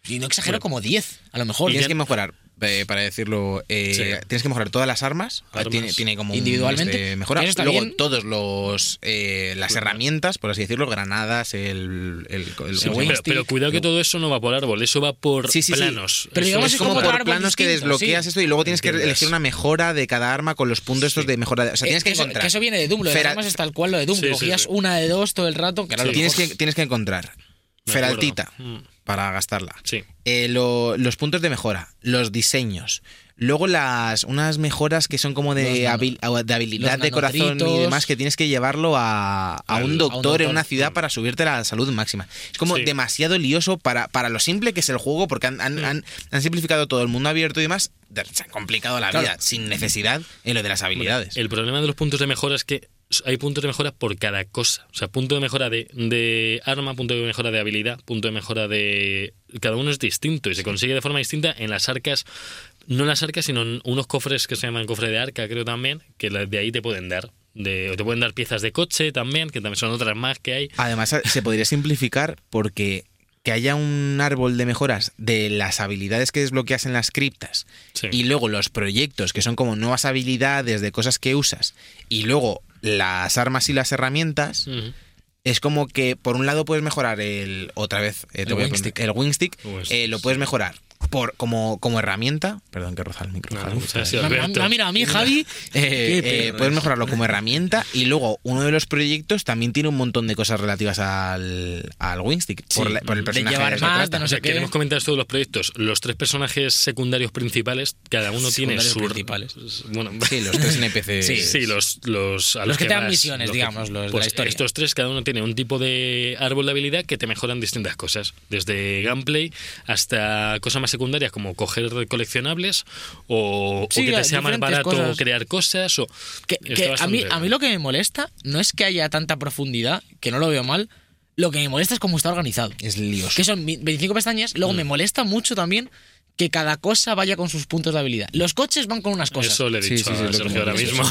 y no exagero, como 10, a lo mejor. Tienes que mejorar, eh, para decirlo, eh, Sí. tienes que mejorar todas las armas. Armas. Tiene, tiene como Individualmente. Un, este, mejora. Eso está Luego bien. todos los eh, las herramientas, por así decirlo, granadas, el, el, el- ¿cómo se Pues, Sí, llama? pero, pero cuidado que todo eso no va por árbol, eso va por Sí, sí, sí. planos. Pero Eso digamos es es como como por árbol planos que distinto, desbloqueas sí. esto y luego tienes que Entiendes. elegir una mejora de cada arma con los puntos estos de mejora. O sea, tienes que Eh, eso- encontrar. que eso viene de Doom, lo de las Fera- armas es tal cual lo de Doom. Sí, sí, Cogías sí. una de dos todo el rato, que era Sí. lo tienes, que, mejor. tienes que encontrar Me Feraltita acuerdo. Mm. para gastarla. Sí. Eh, lo- los puntos de mejora, los diseños. Luego las unas mejoras que son como de, Los habil- a- de habilidad los de corazón y nanotritos. demás que tienes que llevarlo a, a Al- a un un doctor en doctor. una ciudad para subirte la salud máxima. Es como Sí. demasiado lioso para, para lo simple que es el juego porque han, han- han- han simplificado todo el mundo abierto y demás. de- Se han complicado la Claro. vida sin necesidad en lo de las habilidades. El problema de los puntos de mejora es que hay puntos de mejora por cada cosa. O sea, punto de mejora de, de arma, punto de mejora de habilidad, punto de mejora de... Cada uno es distinto y se consigue de forma distinta en las arcas. No en las arcas, sino en unos cofres que se llaman cofre de arca, creo también, que la- de ahí te pueden dar. De, o te pueden dar piezas de coche también, que también son otras más que hay. Además, se podría simplificar porque que haya un árbol de mejoras de las habilidades que desbloqueas en las criptas Sí. y luego los proyectos, que son como nuevas habilidades de cosas que usas, y luego las armas y las herramientas, Ujú. es como que por un lado puedes mejorar el otra vez eh, te El voy a poner- wingstick. el wingstick, Pues, eh, lo puedes mejorar por como, como herramienta, perdón que roza el micro. No, Javi. no, o sea, sí, Me- me- Alberto. me ha mirado a Ah, mí, Javi. Eh, Qué eh, perro puedes es. mejorarlo como herramienta y luego uno de los proyectos también tiene un montón de cosas relativas al, al Wingstick por, la- por el de personaje llevar del que más, trata. de no O sea, sé qué. queremos comentar todos los proyectos. Los tres personajes secundarios principales, cada uno tiene Secundarios su. principales. Bueno, Sí, los tres NPCs. Sí, sí, los, los, a Los que te dan vas, misiones, digamos, los de pues la historia. Estos tres, cada uno tiene un tipo de árbol de habilidad que te mejoran distintas cosas. Desde gameplay hasta cosas más secundarias como coger coleccionables o, o Sí, que te sea más diferentes barato cosas. crear cosas. O, Que, Está que a, bastante mí, bien. a mí lo que me molesta no es que haya tanta profundidad, que no lo veo mal, Lo que me molesta es cómo está organizado. Es líos. Que son mi- 25 pestañas. Luego Mm. me molesta mucho también que cada cosa vaya con sus puntos de habilidad. Los coches van con unas cosas. Eso le he Sí, dicho sí, sí, a lo Sergio que ahora me mismo.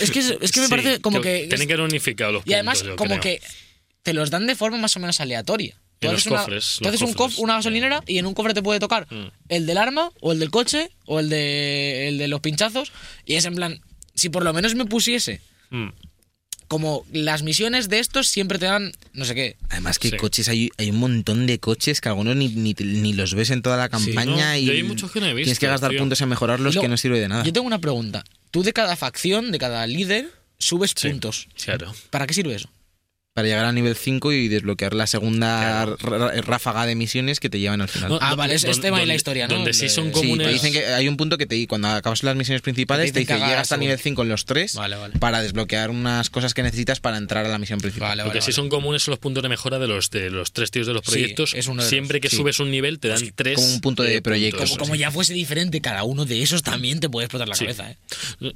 Es que, es, es que me Sí, parece como que. es- Tienen que haber unificado los y además, puntos, yo creo. como que te los dan de forma más o menos aleatoria. Y Tú los haces una, cofres, tú los haces un cof- cofres. una gasolinera y en un cofre te puede tocar Mm. el del arma, o el del coche, o el de, el de los pinchazos. Y es en plan, si por lo menos me pusiese Mm. como las misiones de estos siempre te dan no sé qué. Además que Sí. coches, hay, hay un montón de coches que algunos ni, ni, ni los ves en toda la campaña ¿no? y Yo hay muchos que no he tienes que visto, gastar tío. puntos en mejorarlos Lo- que no sirve de nada. Yo tengo una pregunta. Tú de cada facción, de cada líder, subes Sí, puntos. Claro. ¿Para qué sirve eso? Para llegar al nivel 5 y desbloquear la segunda Claro. ra- ra- ráfaga de misiones que te llevan al final. No, Ah, do- vale, es- don- es tema de la donde- historia, ¿no? Donde sí De- son Sí, Sí, comunes. te dicen que hay un punto que te cuando acabas las misiones principales Te te dicen que dice haga llegas al segunda". nivel 5 en los 3 Vale, vale. para desbloquear unas cosas que necesitas para entrar a la misión principal. Vale, Lo que vale. sí son comunes son los puntos de mejora de los de los tres tíos de los Sí, proyectos. es uno de Siempre los- que sí. subes un nivel te dan tres. como un punto de eh, proyecto. puntos. Como, como ya fuese diferente cada uno de esos, también te puede explotar la Sí. cabeza, ¿eh?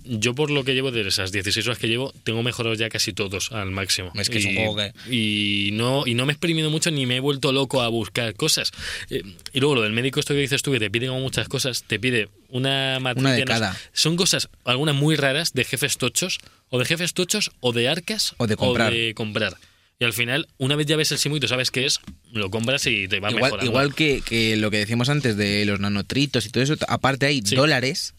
Yo por lo que llevo de esas 16 horas que llevo, tengo mejorado ya casi todos al máximo. Es que es un juego que- Y no, y no me he exprimido mucho ni me he vuelto loco a buscar cosas. Eh, y luego lo del médico esto que dices tú, que te pide como muchas cosas, te pide una matriz Una de no sé- cada. Son cosas, algunas muy raras, de jefes tochos, o de jefes tochos, o de arcas, O de comprar. de comprar. Y al final, una vez ya ves el simo y tú sabes qué es, lo compras y te va Igual, mejorando. igual que, que lo que decíamos antes de los nanotritos y todo eso, aparte hay Sí. dólares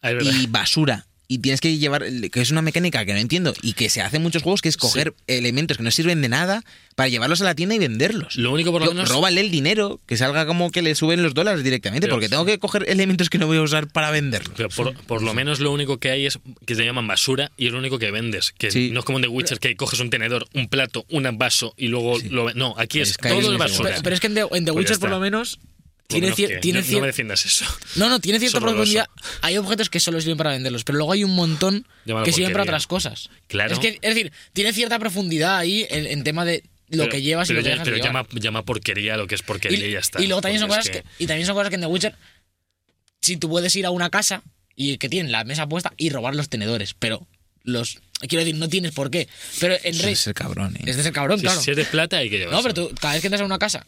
Ah, es verdad. y basura. Y tienes que llevar, que es una mecánica que no entiendo y que se hace en muchos juegos, que es coger elementos que no sirven de nada para llevarlos a la tienda y venderlos. Lo único por lo Yo- menos... Róbale el dinero, que salga como que le suben los dólares directamente, Pero- porque tengo que coger elementos que no voy a usar para venderlos. Pero por, por lo menos lo único que hay es que te llaman basura y es lo único que vendes. Que Sí. no es como en The Witcher que coges un tenedor, un plato, un vaso y luego lo ve- No, aquí es Skyrim todo es es basura. Pero, pero es que en The, en The Pues ya Witcher, por está. lo menos, Por lo tiene, menos cier- que- tiene no, no cier- me defiendas eso. No, no, tiene cierta Horroroso. profundidad. Hay objetos que solo sirven para venderlos, pero luego hay un montón Llámalo que sirven para porquería. otras cosas. Claro. Es, que, es decir, tiene cierta profundidad ahí en, en tema de lo Pero- que llevas y pero lo que ya- dejas de Pero llevar. llama, llama porquería lo que es porquería y, ya está. luego también son Porque cosas es que, y también son cosas que en The Witcher, si tú puedes ir a una casa y que tienen la mesa puesta y robar los tenedores, pero los quiero decir, no tienes por qué. Pero en Rey Es el cabrón, ¿eh? es de ser cabrón, Si, claro. si eres plata hay que llevar. no, pero tú cada vez que entras a una casa,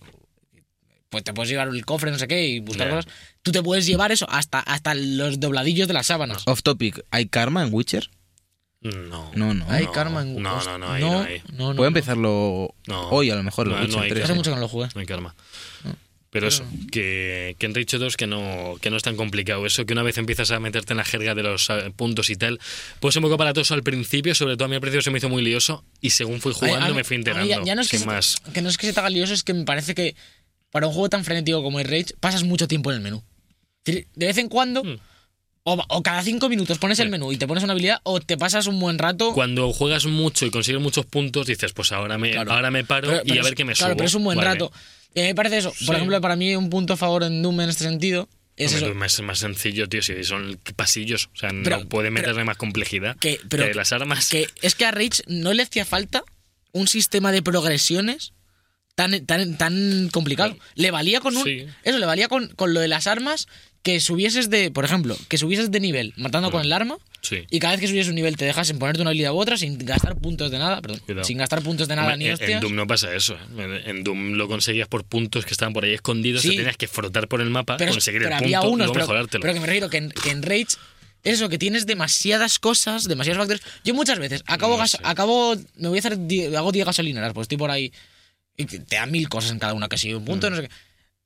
pues te puedes llevar el cofre, no sé qué, y buscar Ya. cosas. Tú te puedes llevar eso hasta, hasta los dobladillos de las sábanas. Off topic, ¿hay karma en Witcher? No. No, no. Ay, karma en- No, no, no, ahí no hay. no, no, Puedo no. empezarlo No. hoy, a lo mejor, No, el no Witcher hay 3. Hace mucho que no lo jugué. No hay karma. Mm. Pero eso, que, que han dicho dos que no, que no es tan complicado. Eso que una vez empiezas a meterte en la jerga de los eh, puntos y tal, pues un poco aparatoso al principio, sobre todo a mí al principio se me hizo muy lioso y según fui jugando A- a- me fui a mí enterando. Ya, ya no es que sin se- más. que no es que se te haga lioso, es que me parece que para un juego tan frenético como el Rage pasas mucho tiempo en el menú. Es decir, De vez en cuando, Mm. o, o cada cinco minutos pones el menú y te pones una habilidad, o te pasas un buen rato. Cuando juegas mucho y consigues muchos puntos, dices, pues ahora me, Claro. ahora me paro Pero- y pero a ver es- qué me Claro, subo. pero es un buen Vale. rato. Y a mí me parece eso. Sí. Por ejemplo, para mí un punto a favor en Doom en este sentido es Hombre, eso. tú, más, más sencillo, tío, si son pasillos, o sea, no Pero- puedes pero- meterle más complejidad que- pero- que las armas. que es que a Rage no le hacía falta un sistema de progresiones tan, tan, tan complicado. Le valía con un. Sí. Eso, le valía con, con lo de las armas que subieses de. Por ejemplo, que subieses de nivel matando con el arma. Mm. Sí. Y cada vez que subieses un nivel te dejas en ponerte una habilidad u otra sin gastar puntos de nada. Perdón. Cuidado. Sin gastar puntos de nada Hombre, ni en, en hostias. Doom no pasa eso. ¿eh? En- En Doom lo conseguías por puntos que estaban por ahí escondidos. Sí. Te tenías que frotar por el mapa, pero, conseguir pero el había punto unos, y luego pero, mejorártelo. pero que me refiero que en, que en Rage es eso, que tienes demasiadas cosas, demasiados factores. Yo muchas veces acabo, No gas- sé. acabo me voy a hacer, die- hago 10 gasolineras, pues estoy por ahí y te, te da mil cosas en cada una, que si un Mm. punto, no sé qué.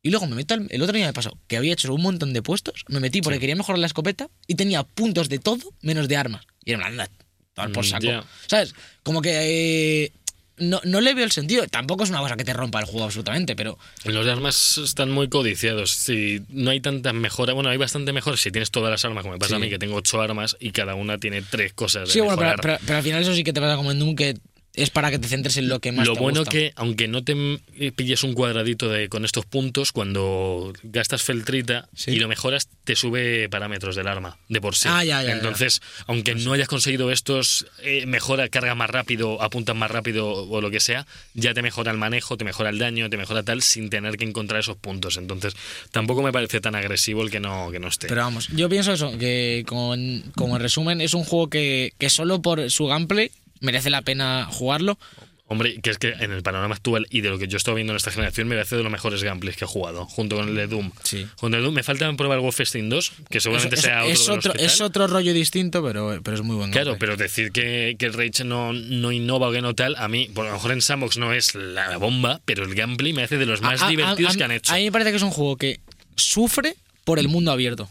Y luego me meto, al- el otro día me pasó, que había hecho un montón de puestos, me metí porque quería mejorar la escopeta y tenía puntos de todo menos de armas. Y era una anda, tomar por Mm, saco. ya. ¿Sabes? Como que... eh, no, no le veo el sentido. Tampoco es una cosa que te rompa el juego absolutamente, pero... Los de armas están muy codiciados. Si no hay tantas mejoras, bueno, hay bastante mejoras si tienes todas las armas, como me pasa a mí, que tengo ocho armas y cada una tiene tres cosas. De Sí, bueno, pero, mejorar. pero- pero al final eso sí que te pasa como en Doom, que es para que te centres en lo que más lo te bueno gusta. que, aunque no te mm, pilles un cuadradito de, con estos puntos, cuando gastas feltrita y lo mejoras, te sube parámetros del arma, de por sí. Ah, ya, Pues ya, ya. Entonces, aunque no hayas conseguido estos, eh, mejora, carga más rápido, apuntas más rápido o lo que sea, ya te mejora el manejo, te mejora el daño, te mejora tal, sin tener que encontrar esos puntos. Entonces, tampoco me parece tan agresivo el que no, que no esté. Pero vamos, yo pienso eso, que con, como en resumen es un juego que, que solo por su gameplay merece la pena jugarlo. Hombre, que es que en el panorama actual y de lo que yo estoy viendo en esta generación, me parece de los mejores gameplays que he jugado, junto con el de Doom. Sí. Junto al Doom, me falta probar Wolfenstein 2, que seguramente es, sea otro. es de los otro, que es tal. otro rollo distinto, pero, pero es muy bueno. Claro, pero decir que, que el Rage no, no innova o que no tal, a mí, por lo mejor en Sandbox no es la bomba, pero el gameplay me hace de los más A- a- a- divertidos a- que han hecho. A mí me parece que es un juego que sufre por el mundo abierto.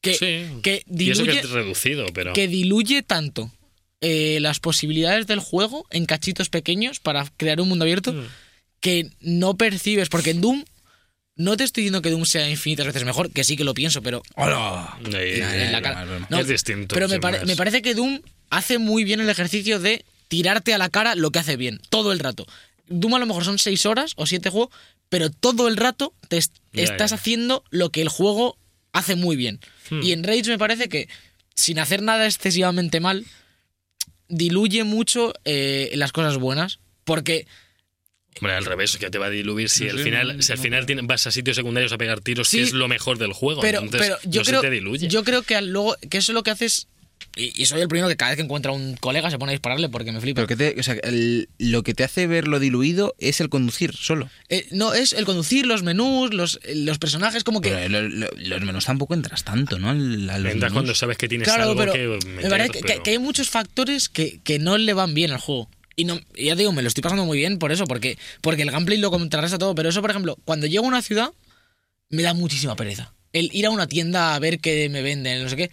Que, Sí. que y eso que diluye, es reducido, pero. que diluye tanto eh, las posibilidades del juego en cachitos pequeños para crear un mundo abierto Mm. que no percibes. Porque en Doom, no te estoy diciendo que Doom sea infinitas veces mejor, que sí que lo pienso, pero. ¡Hola! Eh, en la cara. No, es distinto. Pero me, sin pare- más. me parece que Doom hace muy bien el ejercicio de tirarte a la cara lo que hace bien, todo el rato. Doom a lo mejor son seis horas o siete juegos, pero todo el rato te est- Ya, estás ya. haciendo lo que el juego hace muy bien. Hmm. Y en Rage me parece que, sin hacer nada excesivamente mal, diluye mucho eh, las cosas buenas. Porque Hombre, al revés, que te va a diluir si al final, si al final tiene- vas a sitios secundarios a pegar tiros, Sí, que es lo mejor del juego. pero, entonces, pero yo no creo se te diluye. yo creo que al- luego que eso lo que haces y, y soy el primero que cada vez que encuentra un colega se pone a dispararle porque me flipa Pero que te, o sea, el- lo que te hace verlo diluido es el conducir solo. Eh, no, es el conducir, los menús, los, eh, los personajes, como que. Pero lo- lo- los menús tampoco entras tanto, ¿no? Al- a los Entras menús. cuando sabes que tienes claro, algo pero. que meter, pues, me parece que, que- pero- que hay muchos factores que, que no le van bien al juego. Y no, ya te digo, me lo estoy pasando muy bien por eso, porque, porque el gameplay lo contrarresta todo. Pero eso, por ejemplo, cuando llego a una ciudad, me da muchísima pereza. El ir a una tienda a ver qué me venden, no sé qué.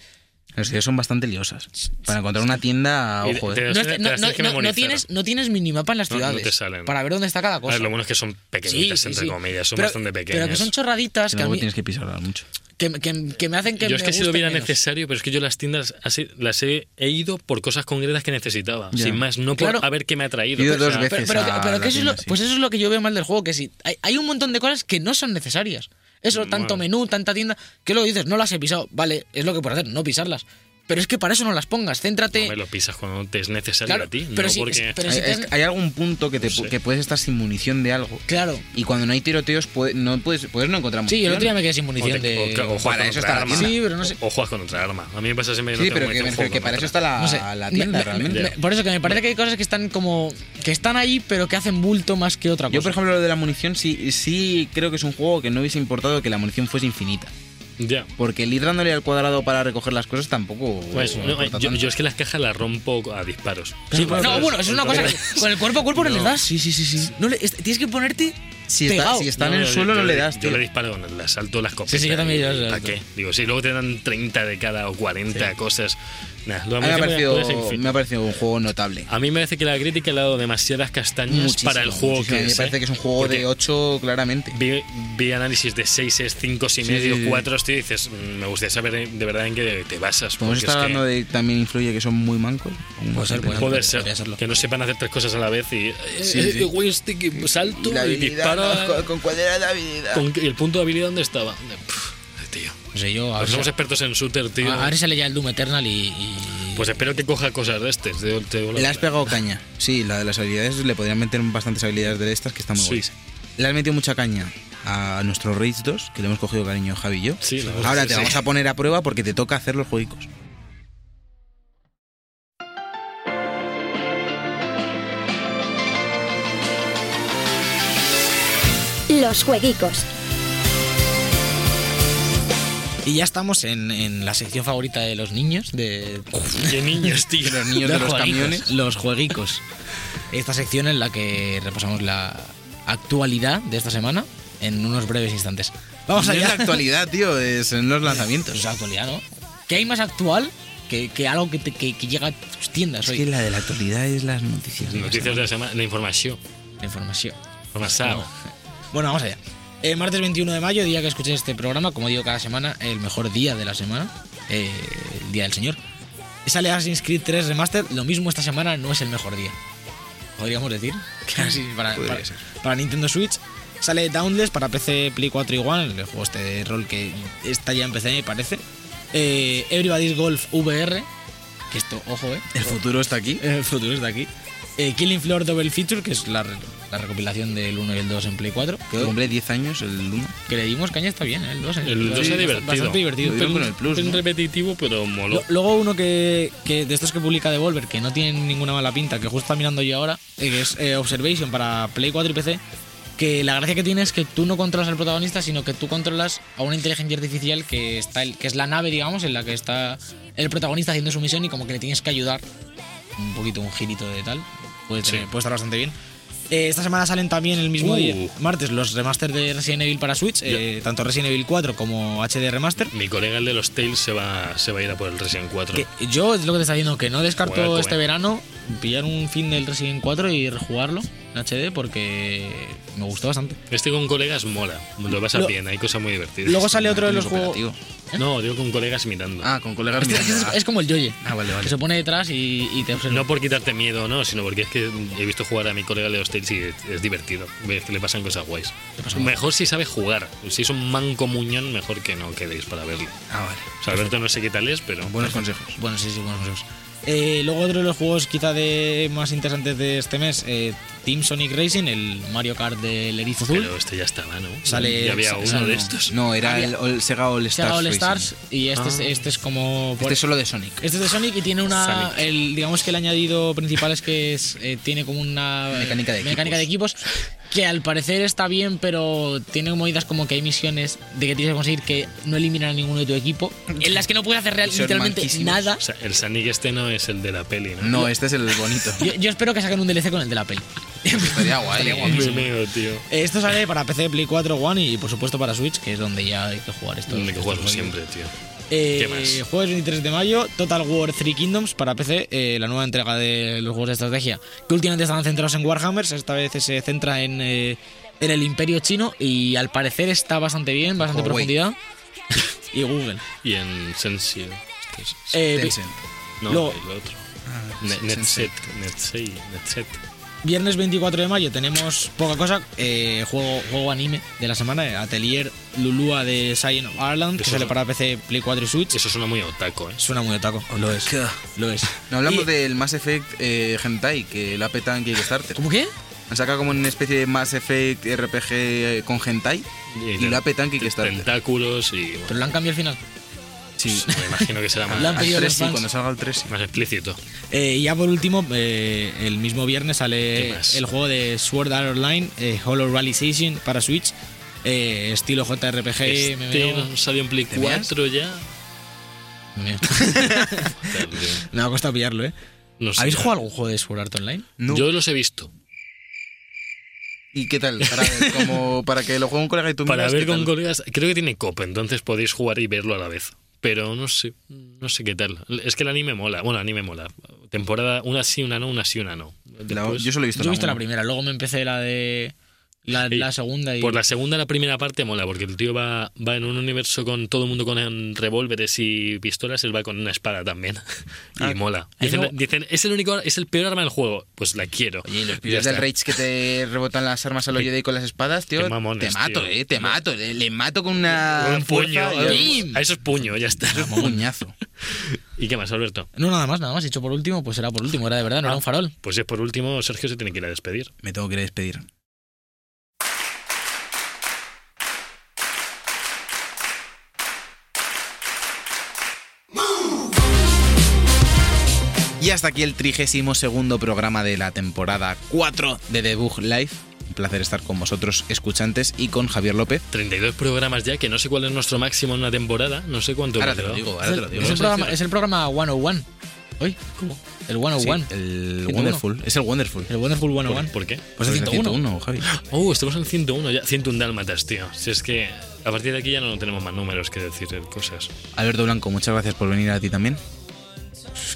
Las ciudades son bastante liosas. Para encontrar una tienda, Y ojo, te- eh. Pero No, es que es- no- te las no- tienes que no- no memorizar. tienes, no tienes minimapa en las No, no te ciudades salen. para ver dónde está cada A cosa. ver, lo bueno es que son pequeñitas, Sí, sí, entre sí. comillas, son Pero- bastante pequeñas. Pero que son chorraditas Que que, a luego mí- tienes que pisotear mucho. que, que- que me hacen que yo es me que si lo guste hubiera menos. necesario, pero es que yo las tiendas así, las he, he ido por cosas concretas que necesitaba. Ya. Sin más, no por Claro. a ver qué me ha traído. Yo he ido O sea, dos veces. pero, pero que- a pero la que eso es lo- tienda, sí. pues eso es lo que yo veo mal del juego, que si hay, hay un montón de cosas que no son necesarias. Eso, tanto menú, tanta tienda, que luego dices, no las he pisado, vale, es lo que puedes hacer, no pisarlas. Pero es que para eso no las pongas, céntrate. No me lo pisas cuando te es necesario Claro, a ti. no pero si- porque... pero Hay, si te- es que hay algún punto que, te, pu- sé. que puedes estar sin munición de algo. Claro. Y cuando no hay tiroteos, puede- no puedes, puedes no encontrar Sí, munición. el otro día me quedé sin o te- munición de. o- o juegas para con eso otra está la arma. tienda. Sí, pero no sé. O, o juegas con otra arma. A mí me pasa siempre que no Sí, tengo pero que, munición, me- juego que con para eso otra. está la, no sé. la Me- tienda me- realmente. me- por eso que me parece que hay cosas que están como. que están ahí, pero que hacen bulto más que otra cosa. Yo, Pues- por ejemplo, lo de la munición, sí, sí creo que es un juego que no hubiese importado que la munición fuese infinita. Ya. Porque el ir dándole al cuadrado para recoger las cosas tampoco. Pues, no, importa yo, tanto. yo es que las cajas las rompo a disparos. Sí, pero- no, bueno, eso es una cosa que con el cuerpo a cuerpo no, le das. Sí, sí, sí. sí. No le- es- tienes que ponerte. Si, está, pegado. si está No, en el yo- suelo, yo no le das, Yo tío. le disparo con el asalto las copias. Sí, sí, yo también yo- yo- ¿Para qué? Digo, sí, luego te dan 30 de cada o 40 cosas. Nah, lo A mí me ha munición parecido, puedes infin- me ha parecido un juego notable. A mí me parece que la crítica le ha dado demasiadas castañas Muchísimo, para el juego muchísimo. que A mí es. Me parece ¿eh? que es un juego Porque de 8, claramente. Vi, vi análisis de 6, 5 y Sí, medio, sí, sí. 4, tío, y dices, mm, me gustaría saber de verdad en qué te basas. Podemos porque estar es que- hablando de también influye que son muy mancos. Puede ser, puede Poder ser, Podría serlo. que no sepan hacer tres cosas a la vez y. Sí, eh, sí. eh, güey, este que salto Y la y habilidad, dispara. ¿no? ¿Con cuál era la habilidad? con- ¿Y el punto de habilidad dónde estaba? Pff, tío. No sé, yo. A Pues ver, somos expertos en shooter, tío. A a ver si sale ya el Doom Eternal y. y- Pues espero que coja cosas de este. Te, te digo la Le has verdad. pegado caña. Sí, la de las habilidades le podrían meter bastantes habilidades de estas que están muy Sí. guays. Le has metido mucha caña a nuestro Rage 2, que le hemos cogido cariño Javi y yo. Sí, la verdad Ahora es que te sí. vamos a poner a prueba porque te toca hacer los juegos. Los jueguicos. Y ya estamos en, en la sección favorita de los niños, de, Qué niños, tío. Los niños de los jueguicos, camiones. Los jueguicos. Esta sección en la que repasamos la actualidad de esta semana en unos breves instantes. Vamos No es la allá. actualidad, tío, es en los Pues es lanzamientos. la actualidad, ¿no? ¿Qué hay más actual que, que algo que, te- que- que llega a tus tiendas Es hoy? que la de la actualidad es las noticias. Noticias de la semana, la información. La información. Información. Bueno, vamos allá. Eh, martes 21 de mayo, día que escuché este programa, como digo cada semana, el mejor día de la semana, eh, el Día del Señor. Sale Assassin's Creed 3 Remaster, lo mismo esta semana, no es el mejor día. Podríamos decir, casi para, Podría para- ser. para Nintendo Switch. Sale Downless para PC, Play 4 y One, el juego este de rol que está ya en PC, me parece. Eh, Everybody's Golf VR, Que esto, ojo, ¿eh? El futuro está aquí. El futuro está aquí. Eh, Killing Floor Double Feature, que es la, re- la recopilación del 1 y el 2 en Play 4. Que cumple 10 años el 1. Que le dimos caña, está bien, ¿eh? el 2. ¿eh? El 2 es Bastante- divertido. Bastante divertido. Lo dieron con el plus, Es ¿no? repetitivo, pero moló. Lo- Luego uno que, que de estos que publica Devolver, que no tienen ninguna mala pinta, que justo está mirando yo ahora, eh, que es eh, Observation para Play 4 y PC, que la gracia que tiene es que tú no controlas al protagonista, sino que tú controlas a una inteligencia artificial que está el- que es la nave, digamos, en la que está el protagonista haciendo su misión y como que le tienes que ayudar un poquito, un girito de tal. Puede, tener- puede estar bastante bien. Eh, esta semana salen también el mismo Uh. día, martes, los remasters de Resident Evil para Switch, eh, tanto Resident Evil 4 como HD Remaster. Mi colega, el de los Tales, se va, se va a ir a por el Resident 4. Que yo es lo que te está diciendo, que no descarto Juegazo, este eh. verano pillar un fin del Resident 4 y rejugarlo en HD porque me gustó bastante. Este con colegas mola. Lo pasas Lo- bien, hay cosas muy divertidas. Luego sale otro de los juegos. cooperativo. No, ¿eh? digo con colegas mirando. Ah, con colegas Este- este mirando. es, es como el Yoye. Ah, vale, vale. Que se pone detrás y, y te observa. No por quitarte miedo, no, sino porque es que he visto jugar a mi colega de los Tales y es, es divertido. Ves que le pasan cosas guays. Mejor si sabe jugar. Si es un manco muñón, mejor que no quedéis para verlo. Ah, vale. O sea, Alberto no sé qué tal es, pero. Buenos consejos. Bueno, sí, sí, buenos consejos. Eh, luego otro de los juegos quizá de más interesantes de este mes, eh, Team Sonic Racing, el Mario Kart del erizo azul. Pero este ya estaba, ¿no? Sale- ya había sa- uno sale- de estos. No, era el All- Sega All Se llama Stars. All Racing. Ah. Stars y este, es, este es como... por- Este es solo de Sonic. Este es de Sonic y tiene una. Sonic. El, digamos que el añadido principal es que es, eh, tiene como una. eh, Mecánica de mecánica equipos. Que al parecer está bien, pero tiene como ideas como que hay misiones de que tienes que conseguir que no eliminan a ninguno de tu equipo. En las que no puedes hacer real, Son literalmente manquísimos. nada. O sea, el Sonic este no es el de la peli, ¿no? No, este es el bonito. Yo, yo espero que saquen un DLC con el de la peli. Estaría guay. Estaría Me eh. meo, tío. Esto sale para PC, Play 4, One y por supuesto para Switch, que es donde ya hay que jugar esto. Donde que juego siempre, tío. Eh, ¿Qué más? Jueves 23 de mayo, Total War 3 Kingdoms para PC, eh, la nueva entrega de los juegos de estrategia, que últimamente estaban centrados en Warhammers, esta vez se centra en, eh, en el imperio chino y al parecer está bastante bien, bastante Huawei. profundidad. y Google. Y en Sensei. este es- Eh, vi- Tencent. Ah, no, lo- el otro. sí, Ne- sí, Netset. Netsei. Netset. viernes 24 de mayo tenemos poca cosa, eh, juego, juego anime de la semana, eh, Atelier Lulua de Science of Ireland, que Eso sale es- para PC, Play 4 y Switch. Eso suena muy otaco, ¿eh? Suena muy otaco, lo es. Lo es. No hablamos Y- del Mass Effect eh, Hentai, que la peta en Kickstarter. ¿Cómo qué? Han sacado como una especie de Mass Effect RPG eh, con Hentai y ten- la peta en Kickstarter. Tentáculos y. Pero Bueno, lo han cambiado al final. Sí. Pues me imagino que será Le han más, pedido a Al los 3 sí, fans. cuando salga el 3 sí. más explícito. Eh, y ya por último, eh, el mismo viernes ¿Qué sale más? el juego de Sword Art Online, eh, Hollow Realization para Switch, eh, estilo JRPG. Este MMO. salió en Play ¿Te veas? 4 ya. Mío. Tal, tío. Me ha costado pillarlo, ¿eh? No sé. ¿Habéis jugado algún juego de Sword Art Online? No. Yo los he visto. ¿Y qué tal? Para, como, para que lo juegue un colega y tú Para miras, ver ¿qué con tal? colegas, creo que tiene cop, entonces podéis jugar y verlo a la vez. Pero no sé, no sé qué tal. Es que el anime mola, bueno, anime mola. Temporada una sí, una no, una sí, una no. La- Después, yo solo he visto Yo he la visto la uno. primera, luego me empecé la de. La, Sí. la segunda y. por la segunda, la primera parte mola, porque el tío va, va en un universo con todo el mundo con em, revólveres y pistolas, él va con una espada también. y Ah, mola. Ahí Dicen, no- dicen, es el único, es el peor arma del juego. Pues la quiero. Oye, y los Ya pibes del está. Rage que te rebotan las armas a los Jedi con las espadas, tío. Qué mamones, te mato, tío. eh, te mato. Le, le mato con una. Un puño. fuerza y- A eso es puño, ya está. Un puñazo. ¿Y qué más, Alberto? No, nada más, nada más. Dicho por último, pues era por último, era de verdad, no era un farol. Pues es por último, Sergio se tiene que ir a despedir. Me tengo que ir a despedir. Y hasta aquí el 32 programa de la temporada 4 de Debug Live. Un placer estar con vosotros, escuchantes, y con Javier López. 32 programas ya, que no sé cuál es nuestro máximo en una temporada, no sé cuánto. Ahora hemos te lo llevado. digo, ahora te lo digo. Es el, Vamos a programa, decir- es el programa 101. ¿Hoy? ¿Cómo? El 101. Sí, el 101. Wonderful. Es el Wonderful. El Wonderful 101. ¿Por, por qué? Pues el el 101. 101, Javi. Oh, estamos en 101 ya. 101 dálmatas, tío. Si es que a partir de aquí ya no tenemos más números que decir eh, cosas. Alberto Blanco, muchas gracias por venir a ti también.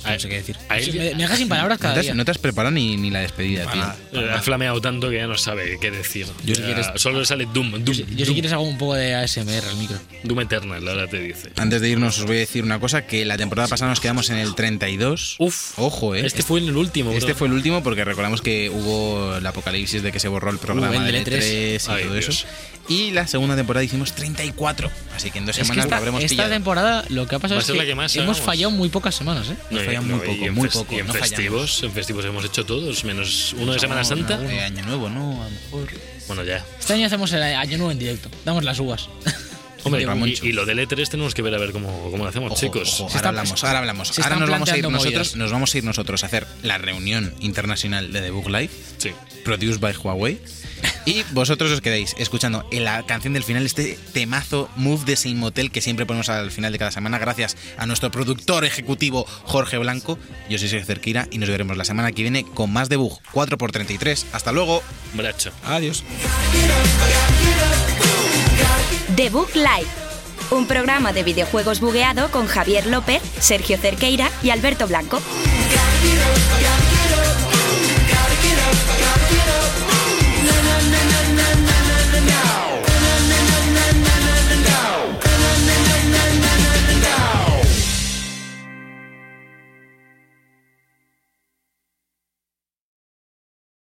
A- No sé qué decir. A él me, ya- me deja sin palabras No cada te, día. has, no te has preparado ni, ni la despedida, tío. eh, ha flameado tanto que ya no sabe qué decir. Yo si Ya quieres- Solo le sale Doom, Doom, Yo, si- yo si Doom, quieres hago un poco de ASMR al micro. Doom Eternal, ahora te dice. Antes de irnos os voy a decir una cosa, que la temporada pasada nos quedamos en el 32. Uf, Ojo, ¿eh? Este fue el último, bro. Este fue el último porque recordamos que hubo el apocalipsis de que se borró el programa Uh, el del del E3 y Ay, todo Dios. eso. Y la segunda temporada hicimos 34. Así que en dos Es que semanas lo esta, habremos esta pillado. temporada lo que ha pasado Va a es ser que, la que más hemos hagamos. fallado muy pocas semanas, ¿eh? Nos y- fallan muy y poco, en muy fes- poco. Y en no fallamos. festivos, en festivos hemos hecho todos, menos uno de No, Semana Santa. alguno. Eh, año nuevo, no, a lo mejor. Bueno, ya. Este año hacemos el año nuevo en directo. Damos las uvas. Hombre, Digo, y- y, lo del E3 tenemos que ver a ver cómo, cómo lo hacemos, Ojo, chicos. ojo, Se ahora están- hablamos, ahora hablamos. se ahora están nos vamos a ir planteando nosotros, movidas. nos vamos a ir nosotros a hacer la reunión internacional de Debug Live, Sí. produced by Huawei. Y vosotros os quedáis escuchando en la canción del final, este temazo Move de Same Motel que siempre ponemos al final de cada semana, gracias a nuestro productor ejecutivo Jorge Blanco. Yo soy Sergio Cerquira y nos veremos la semana que viene con más Debug 4x33. Hasta luego. Bracho. Adiós. The Book Live, un programa de videojuegos bugueado con Javier López, Sergio Cerqueira y Alberto Blanco. Gotta get up,